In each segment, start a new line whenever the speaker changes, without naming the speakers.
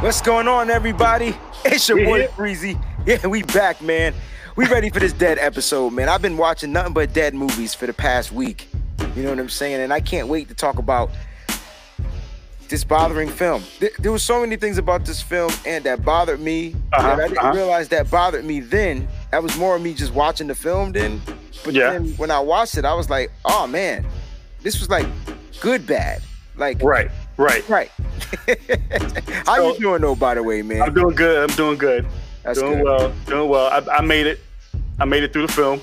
What's going on, everybody? It's your boy Breezy. Yeah, we back, man. We ready for this dead episode, man. I've been watching nothing but dead movies for the past week. You know what I'm saying? And I can't wait to talk about this bothering film. Th- There was so many things about this film and that bothered me
Uh-huh,
that I didn't
uh-huh.
realize that bothered me then. That was more of me just watching the film then. But
Yeah.
then when I watched it, I was like, oh man, this was like good bad. Like
Right, right.
Right. How
So-
you doing though, by the way,
I'm
man?
doing good. I'm doing good.
That's
doing
good.
well. Doing well. I, I made it. I made it through the film.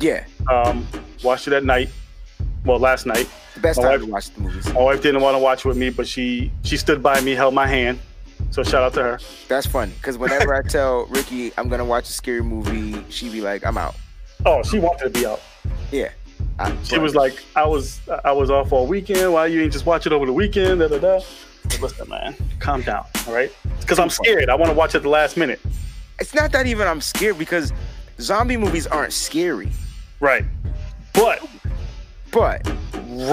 Yeah.
Um, watched it at night. Well, last night.
The best
My
time
wife-
to watch the movies.
My wife didn't want to watch it with me, but she she stood by me, held my hand. So shout out to her.
That's funny. Cause whenever I tell Ricky I'm gonna watch a scary movie, she be like, I'm out.
Oh, she wanted to be out.
Yeah. I-
She was like, I was I was off all weekend. Why you ain't just watch it over the weekend? Da da da. I said, Listen, man, calm down. All right, because I'm scared. I want to watch it at the last minute.
it's not that even I'm scared because zombie movies aren't scary.
Right. But
But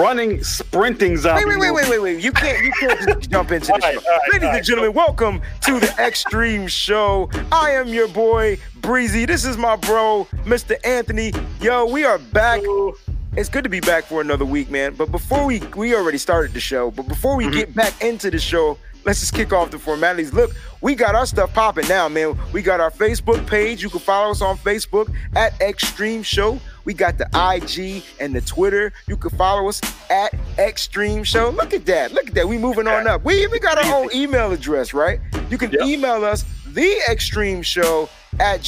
running, sprinting zombie.
wait, wait, wait, wait, wait, wait. You can't you can't just jump into
All
this
right,
show.
all right,
Ladies
all
and
right.
gentlemen, welcome to the Extreme Show. I am your boy, Breezy. This is my bro, Mr. Anthony. Yo, we are back.
Ooh.
it's good to be back for another week, man. But before we we already started the show, but before we get back into the show, let's just kick off the formalities. Look, we got our stuff popping now, man. We got our Facebook page. You can follow us on Facebook at Extreme Show. We got the IG and the Twitter. You can follow us at Extreme Show. Look at that. Look at that. We moving on up. We even got our own email address, right? You can
Yep.
email us the extreme show at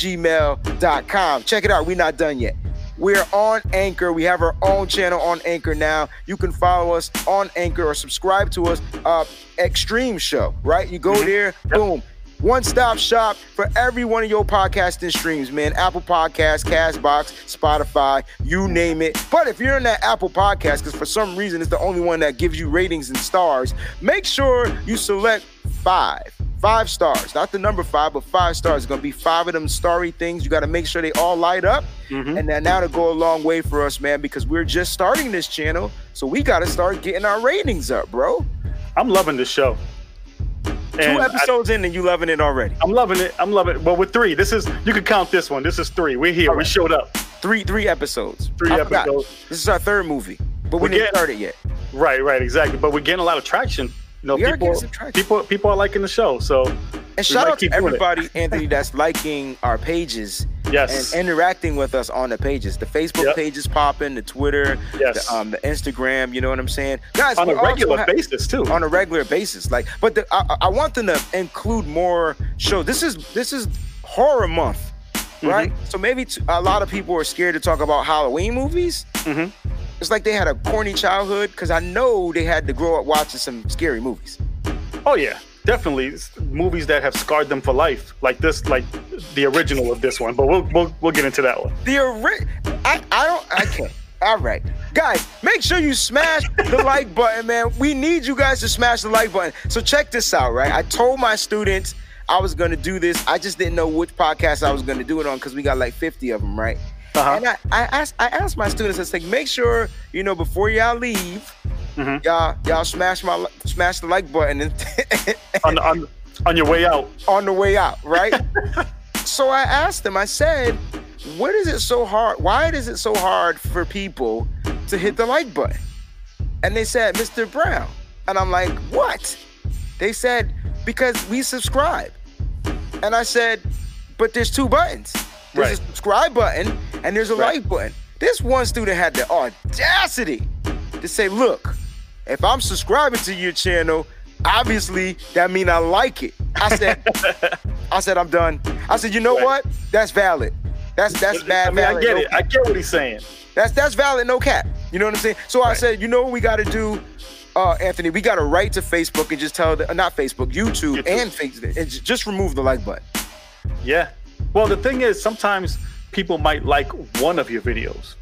gmail.com. Check it out. We're not done yet. We're on Anchor. We have our own channel on Anchor now. You can follow us on Anchor or subscribe to us. Uh, Extreme Show, right? You go there, boom. One stop shop for every one of your podcasting streams, man. Apple Podcasts, Castbox, Spotify, you name it. But if you're in that Apple Podcast, because for some reason it's the only one that gives you ratings and stars, make sure you select five. Five stars, not the number five, but five stars. It's gonna be five of them starry things. You gotta make sure they all light up.
Mhm.
And then now to go a long way for us, man, because we're just starting this channel. So we gotta start getting our ratings up, bro.
I'm loving this show. And
Two
I-
episodes in and you loving it already.
I'm loving it. I'm loving it. Well, with three, this is you can count this one. This is three. We're here. We
Alright.
showed up.
Three three episodes.
Three
I forgot.
episodes.
This is our third movie, but we
We're
didn't
getting-
start it yet.
Right, right, exactly. But we're getting a lot of traction. You know,
We are
people,
getting some traction.
people, people are liking the show. So
And shout
might
out to
keep doing it.
everybody, Anthony, that's liking our pages
yes,
and interacting with us on the pages. The Facebook
Yep.
page is popping, the Twitter,
Yes.
the, um, the Instagram. You know what I'm saying, guys?
on a
we also
regular
ha-
basis too.
on a regular basis. Like, but the, I, I- I want them to include more shows. This is this is horror month, right? So maybe t- a lot of people are scared to talk about Halloween movies.
Mhm.
It's like they had a corny childhood because I know they had to grow up watching some scary movies.
Oh yeah, definitely. It's movies that have scarred them for life, like this, like the original of this one. But we'll we'll, we'll get into that one.
The ori- I, I don't. I can't. All right, guys, make sure you smash the like button, man. We need you guys to smash the like button. So check this out, right? I told my students I was gonna do this. I just didn't know which podcast I was gonna do it on because we got like 50 of them, right?
Uh-huh.
And I, I asked, I asked my students. I said, make sure you know before y'all leave,
Mhm.
y'all y'all smash my li- smash the like button and
on, on on your way out.
on the way out, right? so I asked them, I said, what is it so hard? Why is it so hard for people to hit the like button? And they said, Mr. Brown. And I'm like, what? They said, because we subscribe. And I said, but there's two buttons. There's a
Right.
subscribe button and there's a
Right.
like button. This one student had the audacity to say, look, if I'm subscribing to your channel, obviously that mean I like it. I said, I said I'm done. I said, you know what?
Right.
That's valid. That's that's bad.
I mean, I
valid,
get
no
it. I get what he's saying.
that's that's valid, no cap. You know what I'm saying? So I
Right.
said, you know what we got to do, uh, Anthony? We got to write to Facebook and just tell the uh, not Facebook, YouTube,
YouTube.
and Facebook, and ju- just remove the like button.
Yeah. Well, the thing is, sometimes people might like one of your videos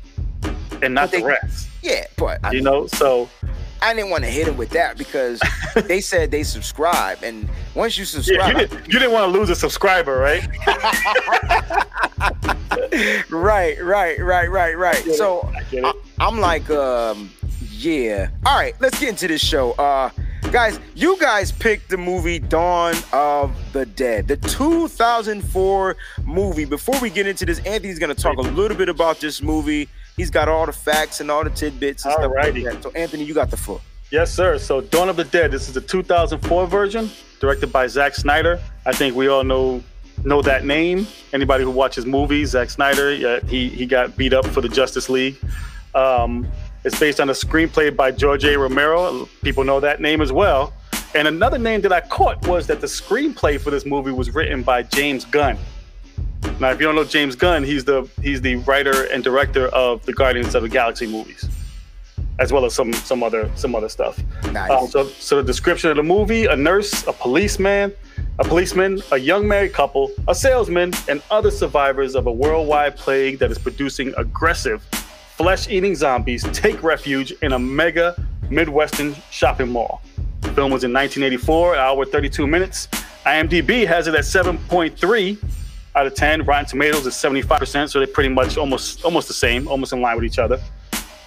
and
But
not the
they-
rest.
Yeah, but I,
You know, so
I didn't want to hit him with that because they said they subscribe, and once you
yeah, you
subscribe,
didn't you didn't want to lose a subscriber, right?
right, right, right, right, right.
get it.
So
I get
I,
it.
I'm like, um, yeah. All right, let's get into this show. Uh, Guys, you guys picked the movie Dawn of the Dead, the 2004 movie. Before we get into this, Anthony's going to talk a little bit about this movie. He's got all the facts and all the tidbits and
Alrighty.
stuff like that. So, Anthony, you got the floor.
Yes, sir. So, Dawn of the Dead. This is the 2004 version, directed by Zack Snyder. I think we all know know that name. Anybody who watches movies, Zack Snyder, yeah, he he got beat up for the Justice League. Um, it's based on a screenplay by George A. Romero. People know that name as well. And another name that I caught was that the screenplay for this movie was written by James Gunn. Now, if you don't know James Gunn, he's the he's the writer and director of the Guardians of the Galaxy movies, as well as some some other some other stuff.
Nice.
Um, so, so the description of the movie: a nurse, a policeman, a policeman, a young married couple, a salesman, and other survivors of a worldwide plague that is producing aggressive, flesh-eating zombies take refuge in a mega Midwestern shopping mall. The film was in 1984, an hour 32 minutes. IMDb has it at 7.3 out of 10. Rotten Tomatoes is 75%, so they're pretty much almost almost the same, almost in line with each other.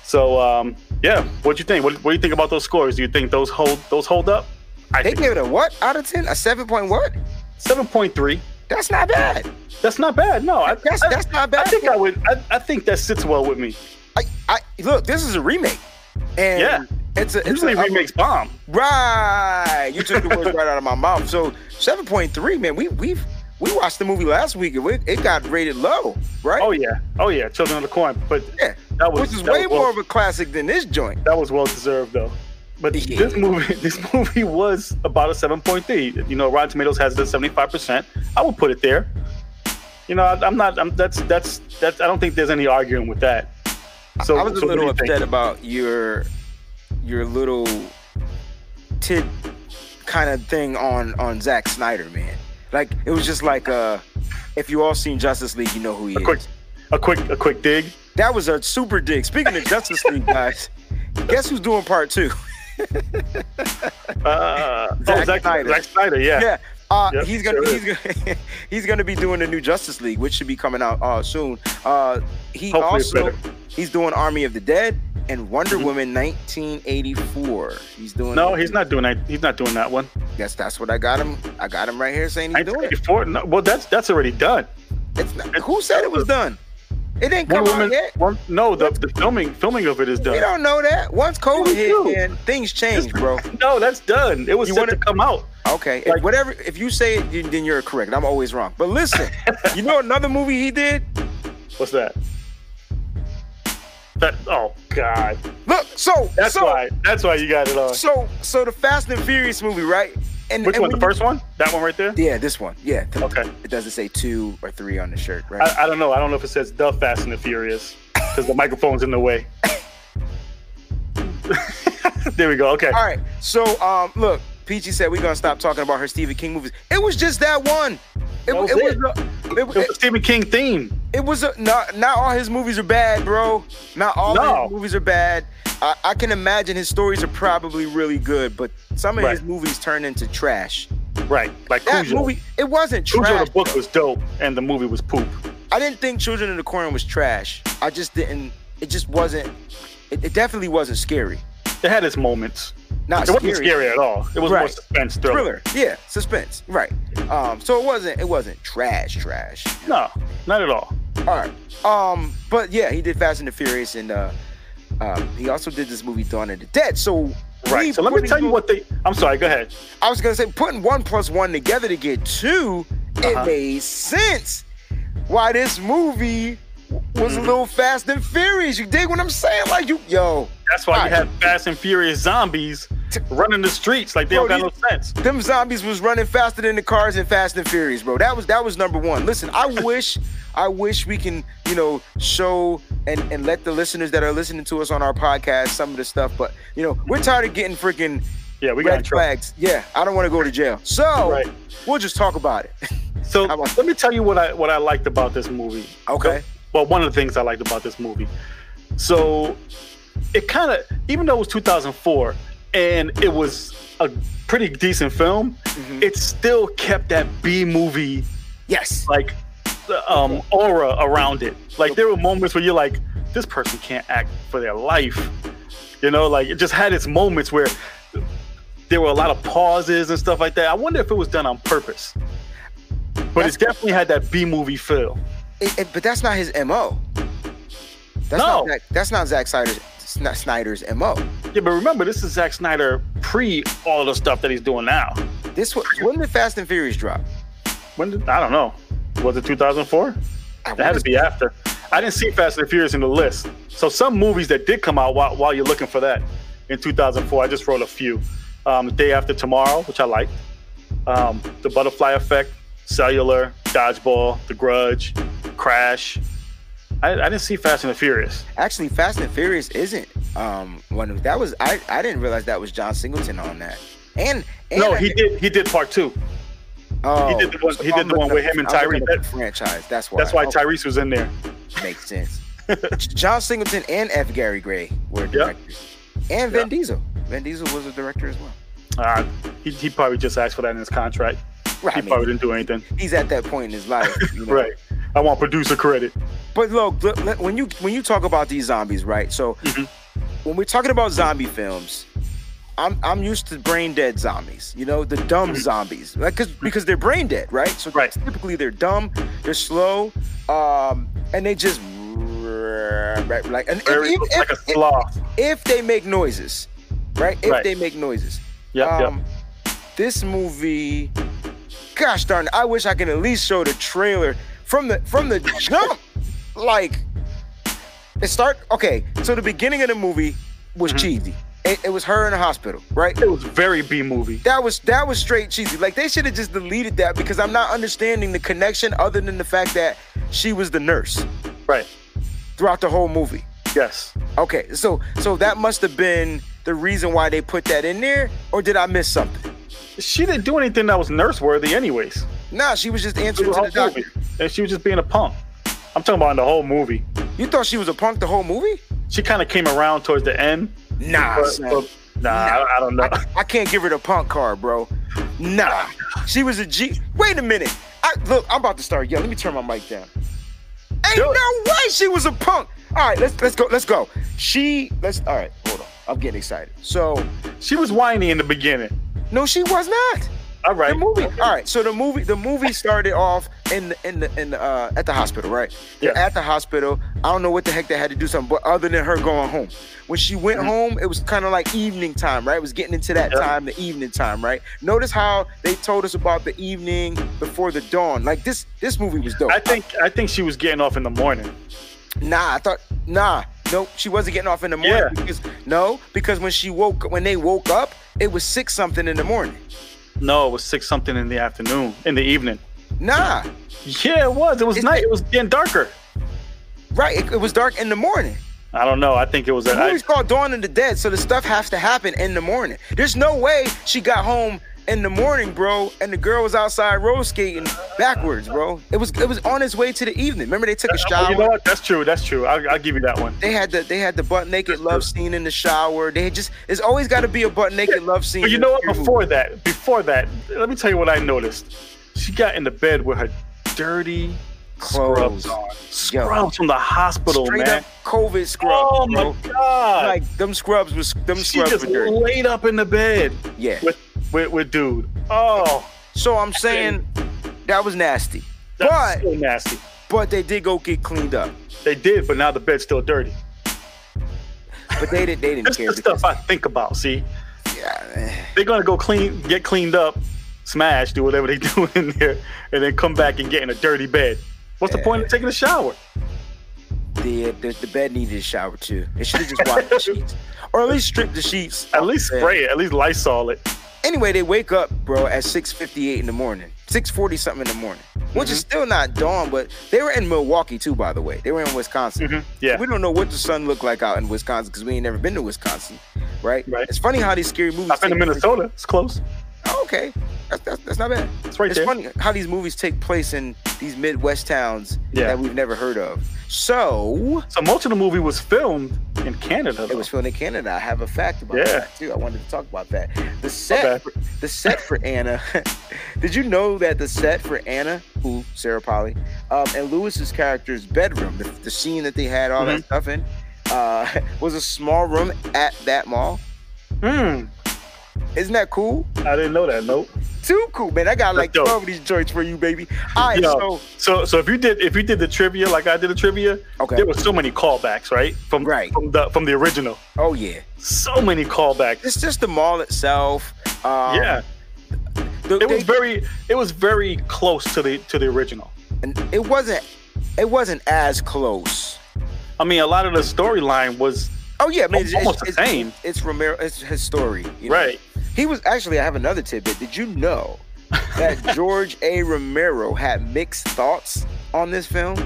So um, yeah, what do you think? What, what do you think about those scores? Do you think those hold those hold up? I
they
think
gave it a what out of 10? A 7 point what?
seven point three.
That's not bad.
That's not bad. No, I,
That's,
I,
that's not
I
bad.
think I would. I, I think that sits well with me.
I, I look. This is a remake, and
Yeah.
it's a it's
Usually
a,
remakes bomb.
Right, you took the words right out of my mouth. So seven point three, man. We we've we watched the movie last week, and we, it got rated low, right?
Oh yeah, oh yeah, Children of the Corn. But
yeah,
that was
which is
that
way
was well-
more of a classic than this joint.
that was well deserved though. But
Yeah.
this movie, this movie was about a seven point three. You know, Rotten Tomatoes has it at seventy five percent. I would put it there. You know, I, I'm not. I'm, that's that's that's. I don't think there's any arguing with that. So
I was a
so what do
little
you think?
upset about your your little tit kind of thing on on Zack Snyder, man. Like it was just like uh, if you all seen Justice League, you know who he
A
is.
quick, a quick, a quick dig.
That was a super dig. Speaking of Justice League, guys, guess who's doing part two?
Uh,
Zack
oh, Zack,
Snyder.
Zack Snyder. Yeah.
yeah. Uh,
Yep,
he's gonna
sure
he's gonna he's gonna be doing the new Justice League, which should be coming out uh, soon. Uh, he
Hopefully it's
also
better.
he's doing Army of the Dead and Wonder
Mhm.
Woman 1984. He's doing
No, he's not doing that. He's not doing that one.
Yes, that's what I got him. I got him right here saying he's doing it.
1984. No, well, that's that's already done.
It's not, who said it was done? It didn't
One
come out
woman.
yet.
One, no, the, the filming filming of it is
We
done.
don't know that. Once COVID
we
hit,
do.
man, things changed, bro.
No, that's done. It was
You
set
wanna-
to come out.
Okay, if-
Like-
whatever. If you say it, you- then you're correct. I'm always wrong. But listen, you know another movie he did?
What's that? That oh god.
Look, so
That's
so,
why. That's why you got it on.
So, so the Fast and Furious movie, right? And
Which
and
one? The
when
first one? That one right there?
you- Yeah, this one. Yeah. 'cause
Okay.
It doesn't say two or three on the shirt, right?
I, I don't know. I don't know if it says the Fast and the Furious because the microphone's in the way. there we go. Okay.
All right. So, um, look, Peachy said we're gonna stop talking about her Stephen King movies. It was just that one. It,
That was
it
it.
was. a-
It
It,
was the
it,
Stephen King theme.
it was a, not not all his movies are bad, bro. Not all
No.
his movies are bad. I, I can imagine his stories are probably really good, but some of his
Right.
movies turn into trash.
Right. Like
That
Cujo.
movie, it wasn't
Cujo,
trash.
the book was dope, and the movie was poop.
I didn't think Children in the Corn was trash. I just didn't. It just wasn't. It, it definitely wasn't scary.
It had its moments.
Not
It wasn't scary at all. It was more
Right.
suspense
Thriller.
thriller.
Yeah, suspense. Right. Um. So it wasn't. It wasn't trash. Trash.
No, not at all.
All right. Um. But yeah, he did Fast and the Furious, and uh, uh, he also did this movie Dawn of the Dead. So
Right. So let me
putting
tell you
those-
what they. I'm sorry. Go ahead.
I was gonna say. Putting one plus one together to get 2
Uh-huh.
it made sense. Why this movie w- was a
Mhm.
little Fast and Furious. You dig what I'm saying? Like you, yo.
That's why
Right.
you have Fast and Furious zombies
T-
running the streets like they
Bro,
don't got no sense.
Them zombies was running faster than the cars in Fast and Furious, bro. That was that was number one. Listen, I wish, I wish we can, you know, show and and let the listeners that are listening to us on our podcast some of the stuff. But you know, we're tired of getting freaking
Yeah, we got in
red
trouble.
flags. Yeah, I don't want to go to jail. So
Right.
we'll just talk about it.
So
How about-
let me tell you what I what I liked about this movie.
Okay.
Well, one of the things I liked about this movie. So it kind of, even though it was 2004 and it was a pretty decent film,
Mhm.
it still kept that B movie
Yes.
like um, aura around it. Like there were moments where you're like, this person can't act for their life. You know, like it just had its moments where there were a lot of pauses and stuff like that. I wonder if it was done on purpose. But
That's-
it's definitely had that B movie feel.
It- it- but that's not his mo. That's
No.
not Zack, that's not Zack Snyder's Sn- Snyder's mo.
Yeah, but remember, this is Zack Snyder pre all the stuff that he's doing now.
This was when did Fast and Furious drop?
When did, I don't know. Was it 2004?
I
That had
wanna
to be after. I didn't see Fast and the Furious in the list. So some movies that did come out while, while you're looking for that in 2004, I just wrote a few. Um, Day After Tomorrow, which I liked. Um, the Butterfly Effect, Cellular, Dodgeball, The Grudge, Crash. I, I didn't see Fast and the Furious.
Actually, Fast and Furious isn't um one of that was I I didn't realize that was John Singleton on that. And, and
No,
I
he
think-
did. He did part two.
Oh,
did the one- he did the one with him and
I'm looking
Tyrese.
up the franchise. That's why.
That's why
Oh,
Tyrese was in there.
makes sense. John Singleton and F. Gary Gray were directors, and Vin
Yeah.
Diesel. Vin Diesel was a director as well.
Uh, he, he probably just asked for that in his contract.
Right. I
He
mean,
probably didn't do anything.
he's at that point in his life. you know.
Right. I want producer credit.
But look, look, look, when you when you talk about these zombies, right? So
Mhm.
when we're talking about zombie films, I'm I'm used to brain dead zombies. You know, the dumb zombies, like cause, because they're brain dead, right? So
Mm-hmm. Right.
typically they're dumb, they're slow, um, and they just right, like and, and
Very,
if-
like a
if-
sloth.
if they make noises, right? If
Right.
they make noises.
Yep,
um,
yep.
This movie, gosh darn, it, I wish I could at least show the trailer from the from the jump. like, it start okay. So the beginning of the movie was
Mm-hmm.
cheesy. It, it was her in the hospital, right?
It was very B movie.
That was that was straight cheesy. Like they should have just deleted that because I'm not understanding the connection other than the fact that she was the nurse
Right.
throughout the whole movie.
Yes.
Okay, so so that must have been the reason why they put that in there, or did I miss something?
She didn't do anything that was nurse worthy, anyways.
Nah, she was just
Through
answering
the
to the
whole
doctor.
movie. And she was just being a punk. I'm talking about in the whole movie.
You thought she was a punk the whole movie?
She kind of came around towards the end.
Nah,
But,
son.
but- nah, I, I don't know.
I, I can't give her the punk card, bro. Nah, she was a G. Wait a minute. I, look, I'm about to start yelling. Let me turn my mic down. Ain't
Do it.
no way she was a punk. All right, let's let's go. Let's go. She let's. All right, hold on. I'm getting excited. So
She was whiny in the beginning.
no, she was not.
All right.
The movie. All right. So the movie. The movie started off in the in the in the, uh, at the hospital, right? They're
Yeah.
At the hospital. I don't know what the heck they had to do something, but other than her going home, when she went home, it was kind of like evening time, right? It was getting into that
Mm-hmm. Yeah.
time, the evening time, right? Notice how they told us about the evening before the dawn. Like this. This movie was dope.
I think I think she was getting off in the morning.
Nah, I thought nah. Nope, she wasn't getting off in the morning
Yeah.
because no, because when she woke when they woke up, it was six something in the morning.
No, it was six something in the afternoon, in the evening.
Nah,
Yeah, it was. It was
It's-
night. It was getting darker.
right? It, it was dark in the morning.
I don't know. I think it was
The
that. I,
movie's called Dawn of the Dead, so the stuff has to happen in the morning. There's no way she got home in the morning, bro, and the girl was outside roller skating backwards, bro. It was it was on its way to the evening. Remember they took a
you know
shower.
what? That's true. That's true. I'll, I'll give you that one.
They had the they had the butt naked love scene in the shower. They had just it's always got to be a butt naked love scene.
But you
in
know
a
what?
few
Before that, before that, let me tell you what I noticed. She got in the bed with her dirty
Clothes.
scrubs on.
Yo.
Scrubs from the hospital,
straight
man.
up COVID scrubs,
oh
bro.
my god!
Like them scrubs was them
she
scrubs
just
were dirty.
laid up in the bed
Yeah.
with with, with dude. Oh,
So I'm saying that was nasty.
that's
But
so nasty.
but they did go get cleaned up.
They did, but now the bed's still dirty.
But they didn't they didn't
That's
care
the stuff
because
I think about. See,
yeah, eh.
they're gonna go clean, get cleaned up, smash, do whatever they do in there, and then come back and get in a dirty bed. What's the point of taking a shower?
The, the the bed needed a shower too. It should have just washed the sheets, or at least stripped the sheets.
At least
Yeah.
spray it. At least Lysol it.
Anyway, they wake up, bro, at six fifty eight in the morning, six forty something in the morning, which is
Mm-hmm.
still not dawn. But they were in Milwaukee too, by the way. They were in Wisconsin.
Mhm. Yeah.
Mm-hmm. We don't know what the sun looked like out in Wisconsin because we ain't never been to Wisconsin, right?
Right.
It's funny how these scary movies.
I've been to
take place-
Minnesota. It's close.
Oh, okay, that's, that's, that's not bad.
It's right
it's
there.
funny how these movies take place in these Midwest towns
Yeah.
that we've never heard of. So
So most of the movie was filmed in Canada.
It was
though.
filmed in Canada. I have a fact about
Yeah.
that too. I wanted to talk about that. The set, the set for Anna. did you know that the set for Anna, who Sarah Polly, um, and Lewis's character's bedroom, the, the scene that they had all
Mm-hmm.
that stuff in, uh, was a small room at that mall.
Hmm.
Isn't that cool?
I didn't know that. Nope.
Too cool, man. I got like
dope.
12 of these joints for you, baby. All right,
Yo,
so
so so if you did if you did the trivia like I did the trivia,
Okay.
there were so many callbacks, right? From
Right.
from the from the original.
oh yeah,
So many callbacks.
it's just the mall itself. Um,
yeah.
the-
It was
they-
very it was very close to the to the original.
and it wasn't it wasn't as close.
I mean, a lot of the storyline was
Oh yeah, I mean, it's,
Almost
it's,
the
it's-
same.
It's Romero. It's his story, you know?
right.
He was actually. I have another tidbit. Did you know that George A. Romero had mixed thoughts on this film?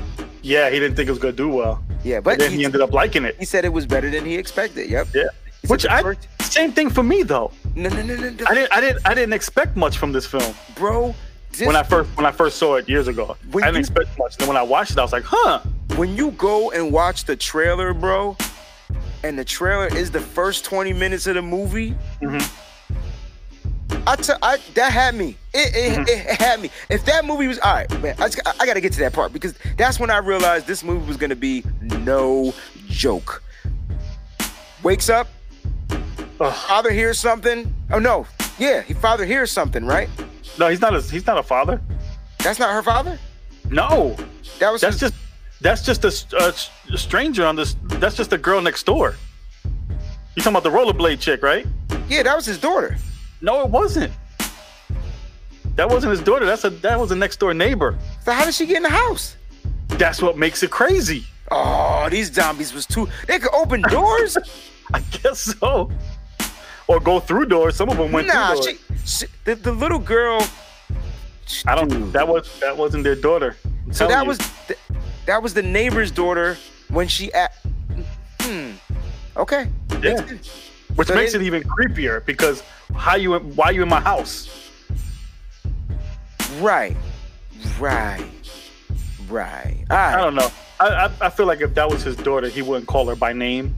Yeah, he didn't think it was gonna do well,
Yeah,
but
but
then
he,
he ended up liking it.
he said it was better than he expected. Yep.
Yeah.
He said
Which
the
I
first-
same thing for me though.
no no no no, no
I didn't I didn't I didn't expect much from this film
bro. This,
when I first when I first saw it years ago.
When
I didn't
you-
expect much. Then when I watched it, I was like, huh.
when you go and watch the trailer, bro, and the trailer is the first 20 minutes of the movie,
Mhm.
I t- I that had me. It it,
Mhm.
it had me. If that movie was all right, man, I, just, I gotta get to that part because that's when I realized this movie was gonna be no joke. Wakes up,
Ugh.
father hears something. Oh no, yeah, he father hears something, right?
No, he's not a he's not a father.
That's not her father.
No,
That was
that's just that's just a, s- a s- a stranger on this. That's just the girl next door. You talking about the rollerblade chick, right?
yeah, that was his daughter.
No, it wasn't. That wasn't his daughter. That's a that was a next door neighbor.
So how did she get in the house?
That's what makes it crazy.
Oh, these zombies was too. They could open doors.
I guess so. Or go through doors. Some of them went
nah,
through doors.
she, she the, the little girl.
I don't. That was that wasn't their daughter. I'm
Hmm. So
telling
that
you.
was th- that was the neighbor's daughter when she at. Hmm. Okay.
Yeah.
Makes sense.
which
so
makes
they-
it even creepier because how you why you in my house?
Right. Right. Right. All
I
right.
don't know. I, I I feel like if that was his daughter, he wouldn't call her by name.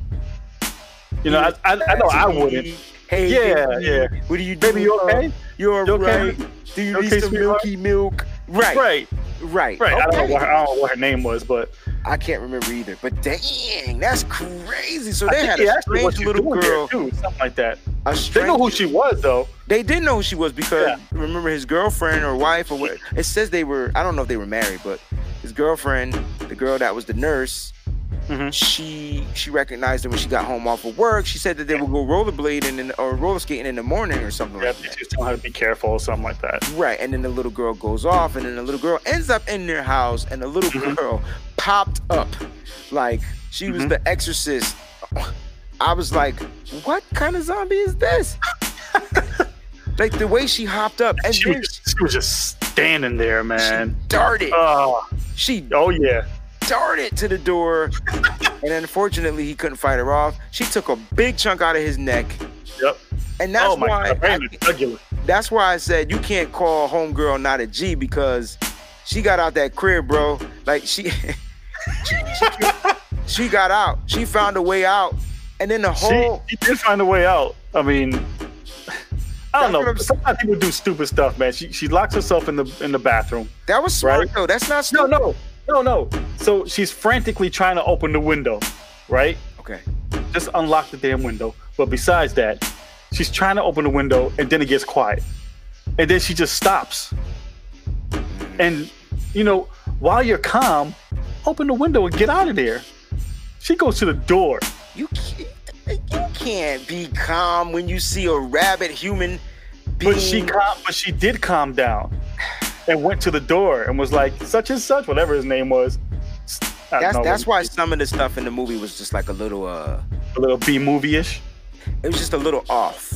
You know, I I, I know I wouldn't.
Hey.
Yeah,
baby,
yeah.
What are you doing?
Baby, you okay?
You're
You okay?
right. Do you
You
need
okay,
some
sweetheart?
milky milk? Right.
Right,
Right.
right. I don't
okay.
know what her, I don't know what her name was, but
I can't remember either. But dang, that's crazy. So
I
they
think
had
he
a
asked her what
strange
she
little
doing there,
girl.
too, something like that.
A
They
strange
know who she was though.
They did know who she was because
Yeah.
remember his girlfriend or wife or what? It says they were. I don't know if they were married, but his girlfriend, the girl that was the nurse,
Mhm.
she she recognized him when she got home off of work. She said that they would go rollerblading and or roller skating in the morning or something
Yeah,
like
she
that.
was telling her to be careful or something like that.
Right, and then the little girl goes off, and then the little girl ends up in their house, and the little
Mhm.
girl popped up like she was
Mhm.
the exorcist. I was like, what kind of zombie is this? like the way she hopped up, and
She
then
was, just, she was just standing there, man.
she darted.
Oh,
She
oh yeah.
darted to the door, and unfortunately, he couldn't fight her off. She took a big chunk out of his neck,
Yep.
and that's
oh my
why
god,
I,
right in the jugular.
that's why I said you can't call homegirl not a G because she got out that crib, bro. Like she, she, she got out. She found a way out, and then the
She,
whole
she did find a way out. I mean, I
That's what
don't know.
I'm saying.
Sometimes people do stupid stuff, man. She she locks herself in the in the bathroom.
that was smart
right?
though. That's not
No,
stupid.
no, no, no. So she's frantically trying to open the window, right?
Okay,
Just unlock the damn window. But besides that, she's trying to open the window and then it gets quiet. And then she just stops. And, you know, while you're calm, open the window and get out of there. She goes to the door.
you can't, you can't be calm when you see a rabid human. Being,
But she calm, but she did calm down and went to the door and was like, such and such, whatever his name was. I don't
that's
know,
that's why some of the stuff in the movie was just like a little uh
a little B movie ish.
it was just a little off.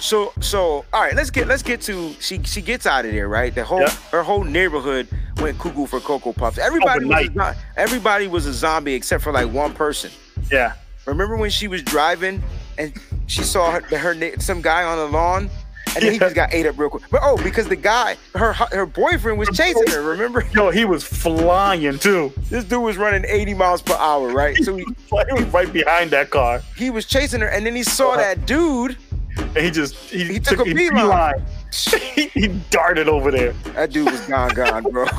So so all right, let's get let's get to she she gets out of there, right? The whole
Yeah.
her whole neighborhood went cuckoo for cocoa puffs. Everybody was a, zo- everybody was a zombie except for like one person.
yeah.
Remember when she was driving and she saw her, her na- some guy on the lawn and then he
Yeah.
just got ate up real quick. But oh, because the guy her hu- her boyfriend was chasing her, remember?
Yo, he was flying too.
This dude was running 80 miles per hour, right? So he,
Like, he was right behind that car.
he was chasing her and then he saw
Uh-huh.
that dude
And he just he,
He took
took,
a
he
beeline.
beeline. he, he darted over there.
That dude was gone, gone, bro.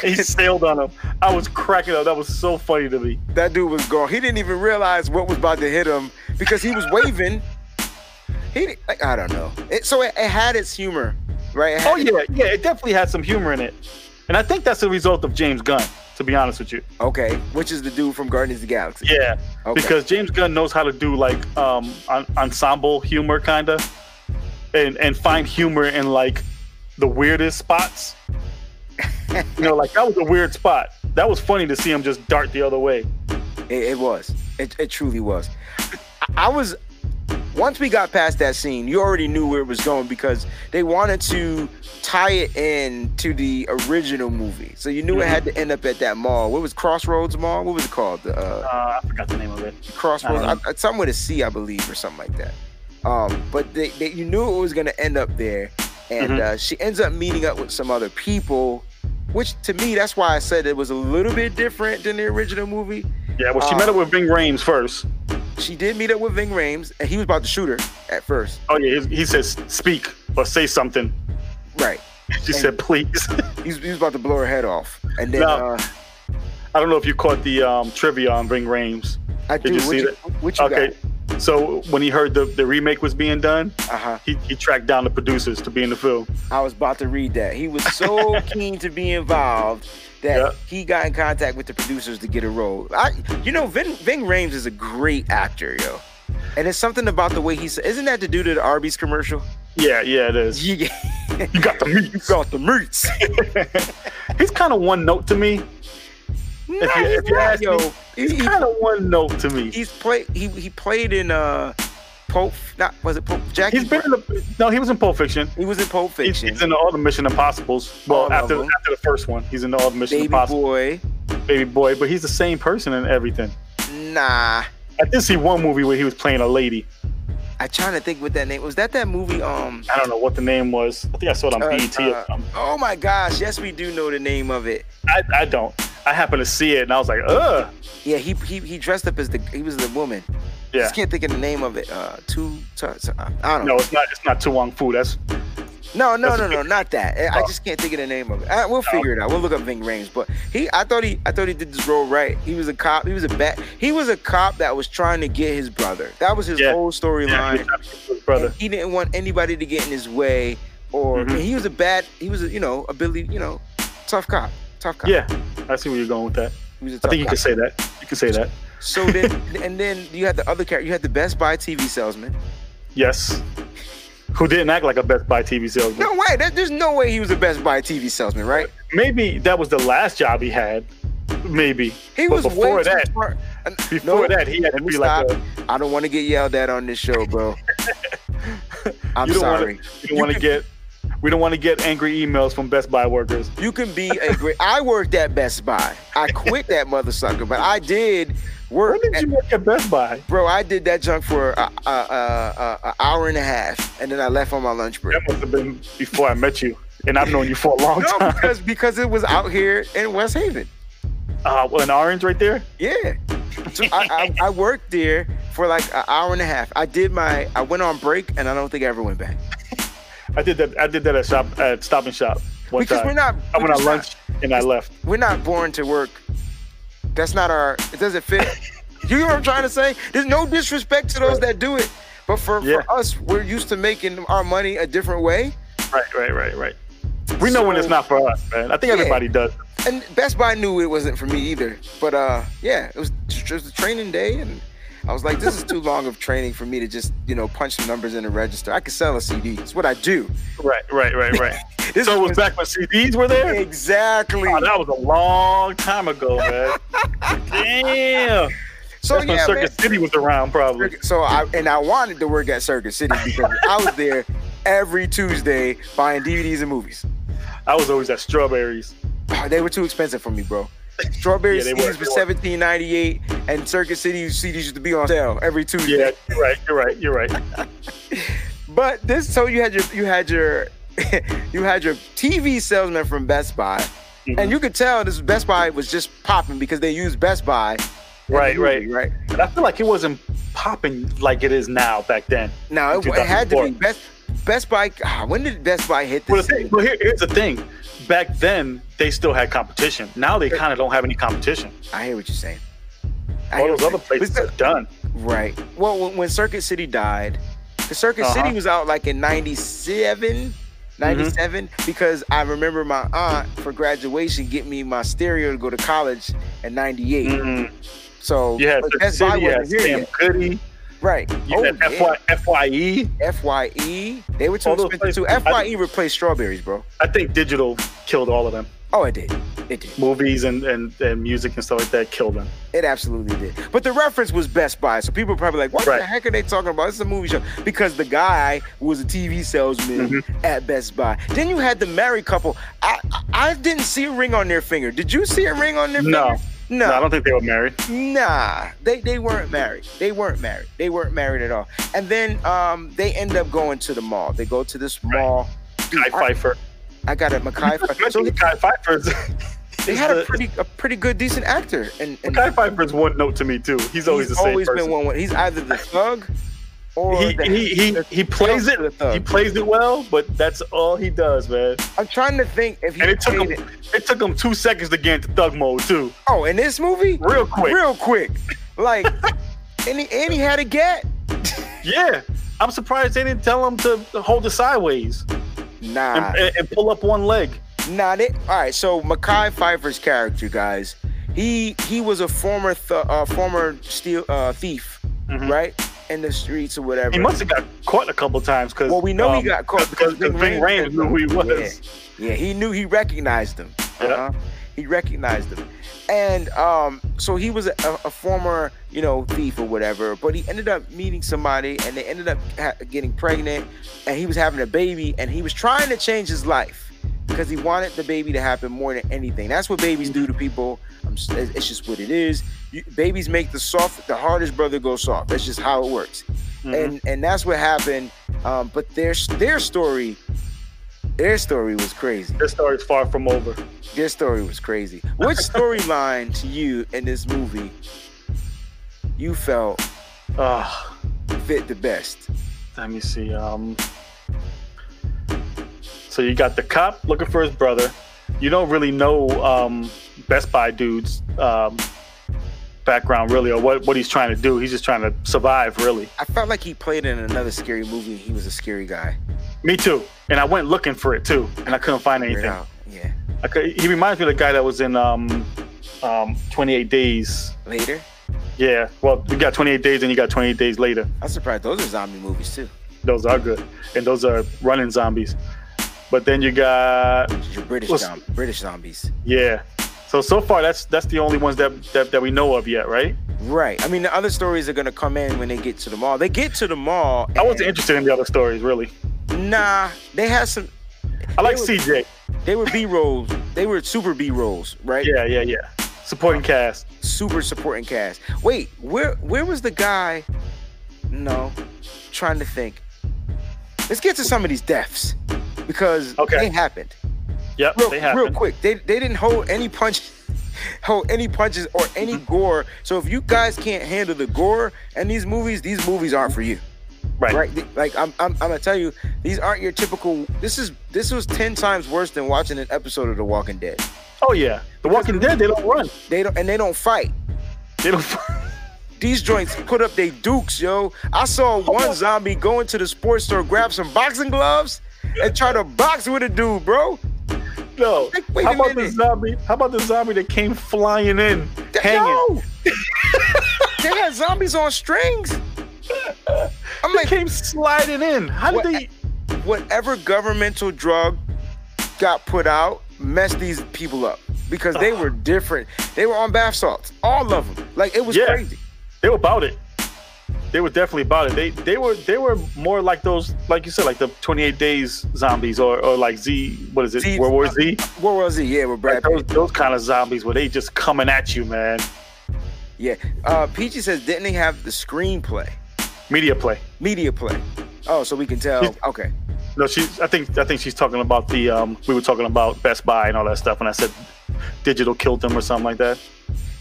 He sailed on him. I was cracking up. That was so funny to me.
That dude was gone. He didn't even realize what was about to hit him because he was waving He like I don't know. It, so it, it had its humor, right? It had
Oh
its-
yeah, yeah, it definitely had some humor in it, and I think that's the result of James Gunn. To be honest with you,
Okay, which is the dude from Guardians of the Galaxy?
yeah,
Okay.
because James Gunn knows how to do like um en- ensemble humor kind of, and and find humor in like the weirdest spots. you know, like that was a weird spot. That was funny to see him just dart the other way.
It, it was. It, it truly was. I, I was. Once we got past that scene, you already knew where it was going because they wanted to tie it in to the original movie. So you knew it had to end up at that mall. What was Crossroads Mall? What was it called? The uh,
Uh, I forgot the name of it.
Crossroads,
Um,
I, I- something with a C, I believe, or something like that. Um, but they, they, you knew it was going to end up there, and
Mhm.
uh, she ends up meeting up with some other people, which to me, that's why I said it was a little bit different than the original movie.
Yeah, well, she
Uh,
met up with Ving Rhames first.
She did meet up with Ving Rhames, and he was about to shoot her at first,
Oh yeah, he, he says speak or say something.
right?
She said please.
He was, he was about to blow her head off, and then
No.
uh,
I don't know if you caught the um, trivia on Ving Rhames.
I
Did
do.
you
what
see
you,
that?
what you
Okay. So when he heard the, the remake was being done,
got? Uh huh.
he, he tracked down the producers to be in the film.
I was about to read that. He was so keen to be involved that
Yeah.
he got in contact with the producers to get a role. I, you know, Vin, Ving Rhames is a great actor, yo. And it's something about the way he's. Isn't that the dude of the Arby's commercial?
Yeah, yeah, it is.
Yeah,
You got the meat.
you got the roots.
He's kind of one note to me.
no,
you-
he's
if you
not,
ask
yo.
me,
He,
He's
he-
kind of one note to me.
he's played. He he played in uh, Pope. Not was it Pope? Jackie.
He's been in the no. He was in Pulp Fiction.
he was in Pulp
He's,
Fiction.
he's in all the Mission Impossible's. Well,
All of
after
them.
after the first one, he's in all the Mission
Baby
Impossible,
boy.
Baby Boy. But he's the same person in everything.
Nah.
I did see one movie where he was playing a lady.
I'm trying to think what that name was. That that movie? Um.
I don't know what the name was. I think I saw it on
Uh,
BET.
uh,
E or something.
Oh my gosh, yes, we do know the name of it.
I, I don't. I happened to see it and I was like, ugh.
Yeah, he he, he dressed up as the he was the woman.
Yeah.
Just can't think of the name of it. Uh, two, t- t- I don't
No,
know.
it's not. It's not Tuwang Fu. That's
No, no,
that's
no, no,
a good- Oh.
not that. I- I just can't think of the name of it. Uh we'll figure it out. We'll look up Ving Rhames. But he, I thought he, I thought he did this role right. He was a cop. He was a bat. He was a cop that was trying to get his brother. That was his
Yeah.
whole
yeah,
storyline.
he was trying to kill his
and
brother.
he didn't want anybody to get in his way, or
Mhm.
and he was a bad. He was a you know ability you know tough cop, tough cop.
Yeah, I see where you're going with that.
he was a
I
tough
think you
cop.
can say that. You can say that.
So then, and then you had the other character. You had the Best Buy TV salesman.
Yes. Who didn't act like a Best Buy TV salesman?
No way. That, there's no way he was a Best Buy TV salesman, right?
Maybe that was the last job he had. Maybe
He
But
was
before
way too
that-
smart. And- No,
before that he had to
let me
be like,
stop.
a,
I don't want to get yelled at on this show, bro. I'm
You don't wanna-
sorry.
you don't want to
can-
get. We don't want to get angry emails from Best Buy workers.
You can be a great. I worked at Best Buy. I quit that mother sucker, but I did work.
When did
at-
you work at Best Buy?
bro, I did that junk for a, a, a, a, a hour and a half, and then I left on my lunch break.
That must have been before I met you, and I've known you for a long
No,
time.
because because it was out here in West Haven.
Uh, well, an orange right there.
Yeah. So I, I, I worked there for like an hour and a half. I did my, I went on break and I don't think I ever went back.
I did that. I did that at shop at Stop and Shop one
because
time.
we're not,
I went
we're
on
just
lunch and I left.
not- we're not born to work. That's not our, it doesn't fit. you know what I'm trying to say? There's no disrespect to those that do it. But for,
Yeah.
for us, we're used to making our money a different way.
Right, right, right, right. We know when
So-
it's not for us, man. I think
Yeah.
everybody does.
And Best Buy knew it wasn't for me either. But uh, yeah, it was it was a training day, and I was like, this is too long of training for me to just you know punch some numbers in a register. I could sell a CD. It's what I do.
Right, right, right, right.
This
so it was back when CDs were there.
exactly.
Oh, that was a long time ago, man. Damn.
so
That's when
yeah,
Circuit
man.
City was around, probably.
so I and I wanted to work at Circuit City because I was there every Tuesday buying DVDs and movies.
I was always at Strawberries.
Oh, they were too expensive for me, bro. Strawberry
Yeah, they were,
CDs
they
were
were.
seventeen ninety eight, and Circuit City CDs used to be on sale every Tuesday.
Yeah, you're right. You're right. You're right.
But this, so you had your, you had your, you had your TV salesman from Best Buy,
Mm-hmm.
and you could tell this Best Buy was just popping because they used Best Buy. in the
Right,
movie, right.
But I feel like it wasn't popping like it is now back then.
Now it,
In
it had to be
2004.
Best Best Buy. ah, When did Best Buy hit
Well,
this?
the thing, well here, here's the thing. Back then, they still had competition. Now they kind of don't have any competition.
I hear what you're saying. I
All
hear
those
what
other
you're
places
saying.
are done.
Right. Well, when, when Circuit City died, The Circus
Uh-huh. Mm-hmm.
City was out like in 97, 97, because I remember my aunt for graduation get me my stereo to go to college in 98.
Mm,
So
you had
but
Circuit
Best Buy
City, you had
wasn't here
Sam
yet.
Goody,
Right.
you
oh,
had
yeah.
FY, FYE.
FYE. They were too
All those
expensive too.
places- I-
FYE replaced strawberries, bro.
I think digital killed all of them.
Oh, it did. It did.
Movies and, and, and music and stuff like that killed them.
It absolutely did. But the reference was Best Buy, so people were probably like, "What
Right.
the heck are they talking about?" This is a movie show because the guy was a TV salesman
Mm-hmm.
at Best Buy. Then you had the married couple. I I I didn't see a ring on their finger. Did you see a ring on their
No.
finger?
No, I don't think they were married.
Nah, they they weren't married. They weren't married. They weren't married at all. And then um, they end up going to the mall. They go to this mall.
Guy Pfeiffer.
I got it, Mackay.
I
so
mentioned Guy Pfeiffer's.
they had a pretty a pretty good decent actor. And, and
Guy Pfeiffer's one note to me too. He's always
he's
the same
always
person.
been one. with- He's either the thug or
he,
the,
he, he, he plays it. He plays it well, but that's all he does, man.
I'm trying to think if he
And it took
played
him. It took him two seconds to get into thug mode too,
Oh, in this movie,
real quick.
real quick, like, and he, and he had a get.
Yeah, I'm surprised they didn't tell him to hold it sideways and,
Nah,
and, and pull up one leg.
nah. They, all right, so Mackay Pfeiffer's character, guys, he he was a former th- uh, former steal uh, thief,
Mhm.
right, in the streets or whatever.
He must have got caught a couple times um, because
well, we know he got caught
because Big Rand knew who he was.
Yeah, yeah, he knew he recognized him.
Yeah.
Uh-huh. He recognized him. And um, so he was a, a former, you know, thief or whatever, but he ended up meeting somebody and they ended up ha- getting pregnant and he was having a baby and he was trying to change his life because he wanted the baby to happen more than anything. That's what babies do to people. I'm, s- it's it's just what it is. You, babies make the soft, the hardest brother go soft. That's just how it works
Mhm.
and and that's what happened. Um, but their their story, their story was crazy.
This story's far from over.
Their story was crazy. Which storyline to you in this movie you felt
Ah.
fit the best?
Let me see. Um, so you got the cop looking for his brother. You don't really know um, Best Buy dude's um, background really, or what what he's trying to do. He's just trying to survive, really.
I felt like he played in another scary movie. and He was a scary guy.
Me too. And I went looking for it too, and I couldn't find
Figure it
anything.
out. Yeah.
I could, he reminds me of the guy that was in um, um, 28 Days.
Later,
Yeah. Well, we got 28 Days, and you got 28 Days later.
I'm surprised those are zombie movies too.
Those are good, and those are running zombies. But then you got
Your British
What's-
zom- British zombies.
Yeah. So so far that's that's the only ones that that, that we know of yet, right?
Right. I mean, the other stories are gonna come in when they get to the mall. They get to the mall.
I wasn't
and-
interested in the other stories really.
Nah, they had some.
I like
They were-
CJ.
They were B rolls. They were super B rolls, right?
Yeah, yeah, yeah. Supporting cast.
Super supporting cast. Wait, where where was the guy? No, trying to think. Let's get to some of these deaths because
Okay.
they happened
Yep,
real,
they
real
happened.
quick. They they didn't hold any punch, hold any punches or any
Mm-hmm.
gore. So if you guys can't handle the gore in these movies, these movies aren't for you
Right.
right? Th- Like I'm, I'm, I'm gonna tell you, these aren't your typical. This is this was ten times worse than watching an episode of The Walking Dead.
Oh yeah. The Walking Dead, they don't run.
They don't and they don't fight.
They don't
These joints put up they dukes, yo. I saw one zombie go into the sports store, grab some boxing gloves, and try to box with a dude, bro.
No.
Like, wait
How
a
about the
minute.
zombie? How about the zombie that came flying in?
Th-
Hanging.
No. they had zombies on strings. I'm
They
like,
came sliding in. How did
What-
they
whatever governmental drug got put out messed these people up because they were different. They were on bath salts, all of them. Like it was
Yeah.
crazy.
they were about it. They were definitely about it. They they were they were more like those like you said, like the twenty eight days zombies or, or like Z what is it?
Z-
World War Z?
Where was he? Yeah, with Brad
Like those,
Pitt.
those kind of zombies where they just coming at you, man.
Yeah. Uh, Peachy says, didn't they have the screenplay,
Media play.
media play? Oh, so we can tell.
She's-
Okay.
No, she's. I think. I think she's talking about the. Um, we were talking about Best Buy and all that stuff, and I said, digital killed them or something like that.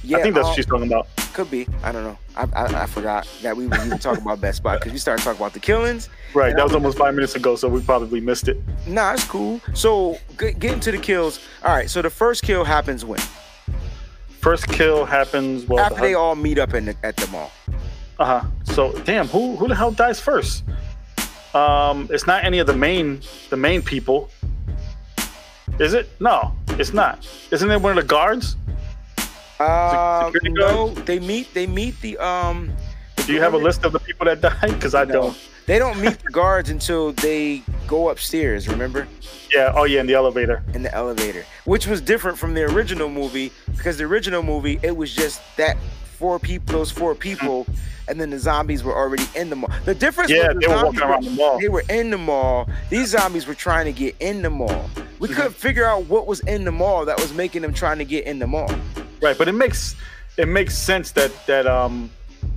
Yeah,
I think that's
um,
what she's talking about.
could be. I don't know. I, I, I forgot that we were even talking about Best Buy because we started talking about the killings.
Right. That
I
was almost five minutes ago, so we probably missed it.
Nah, it's cool. So get, getting to the kills. All right. So the first kill happens when
First kill happens. Well,
after they all meet up in the, at the mall.
Uh-huh. uh huh. So damn, who who the hell dies first? Um, it's not any of the main the main people. Is it? No, it's not. Isn't it one of the guards?
Um,
Security
no,
guard?
they meet. They meet the um.
Do you have a list of the people that died? Because I
No.
don't.
They don't meet the guards until they go upstairs. Remember
Yeah. Oh yeah, in the elevator.
in the elevator, which was different from the original movie because the original movie it was just that four people, those four people, and then the zombies were already in the mall. The difference
Yeah,
was the
they were
zombies
walking around the mall.
They were in the mall. These zombies were trying to get in the mall. We
Mm-hmm.
couldn't figure out what was in the mall that was making them trying to get in the mall.
Right, but it makes it makes sense that that um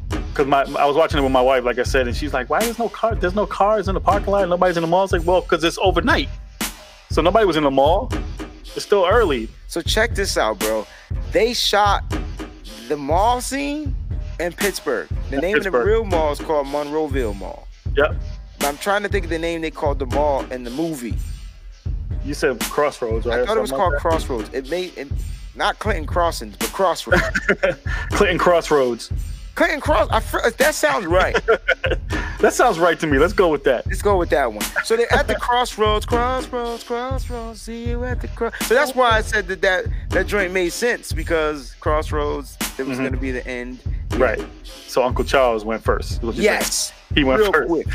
because my I was watching it with my wife, like I said, and she's like, "Why there's no car? There's no cars in the parking lot. Nobody's in the mall." I was like, "Well, because it's overnight, so nobody was in the mall. It's still early."
So check this out, bro. They shot the mall scene in Pittsburgh. The name of
Pittsburgh.
the real mall is called Monroeville Mall.
Yep.
But I'm trying to think of the name they called the mall in the movie.
You said Crossroads, right?
I thought it was
Something
called
like
Crossroads. It made it, not Clinton Crossings, but Crossroads.
that. Clinton Crossroads.
Clinton Cross. I, fr- uh, that sounds right.
That sounds right to me. Let's go with that.
Let's go with that one. So they're at the crossroads, crossroads, crossroads. See you at the cross. So that's why I said that that, that joint made sense because crossroads. It was
Mhm.
going to be the end.
Right. So Uncle Charles went first. is what you said.
Yes,
he went
real
first.
quick.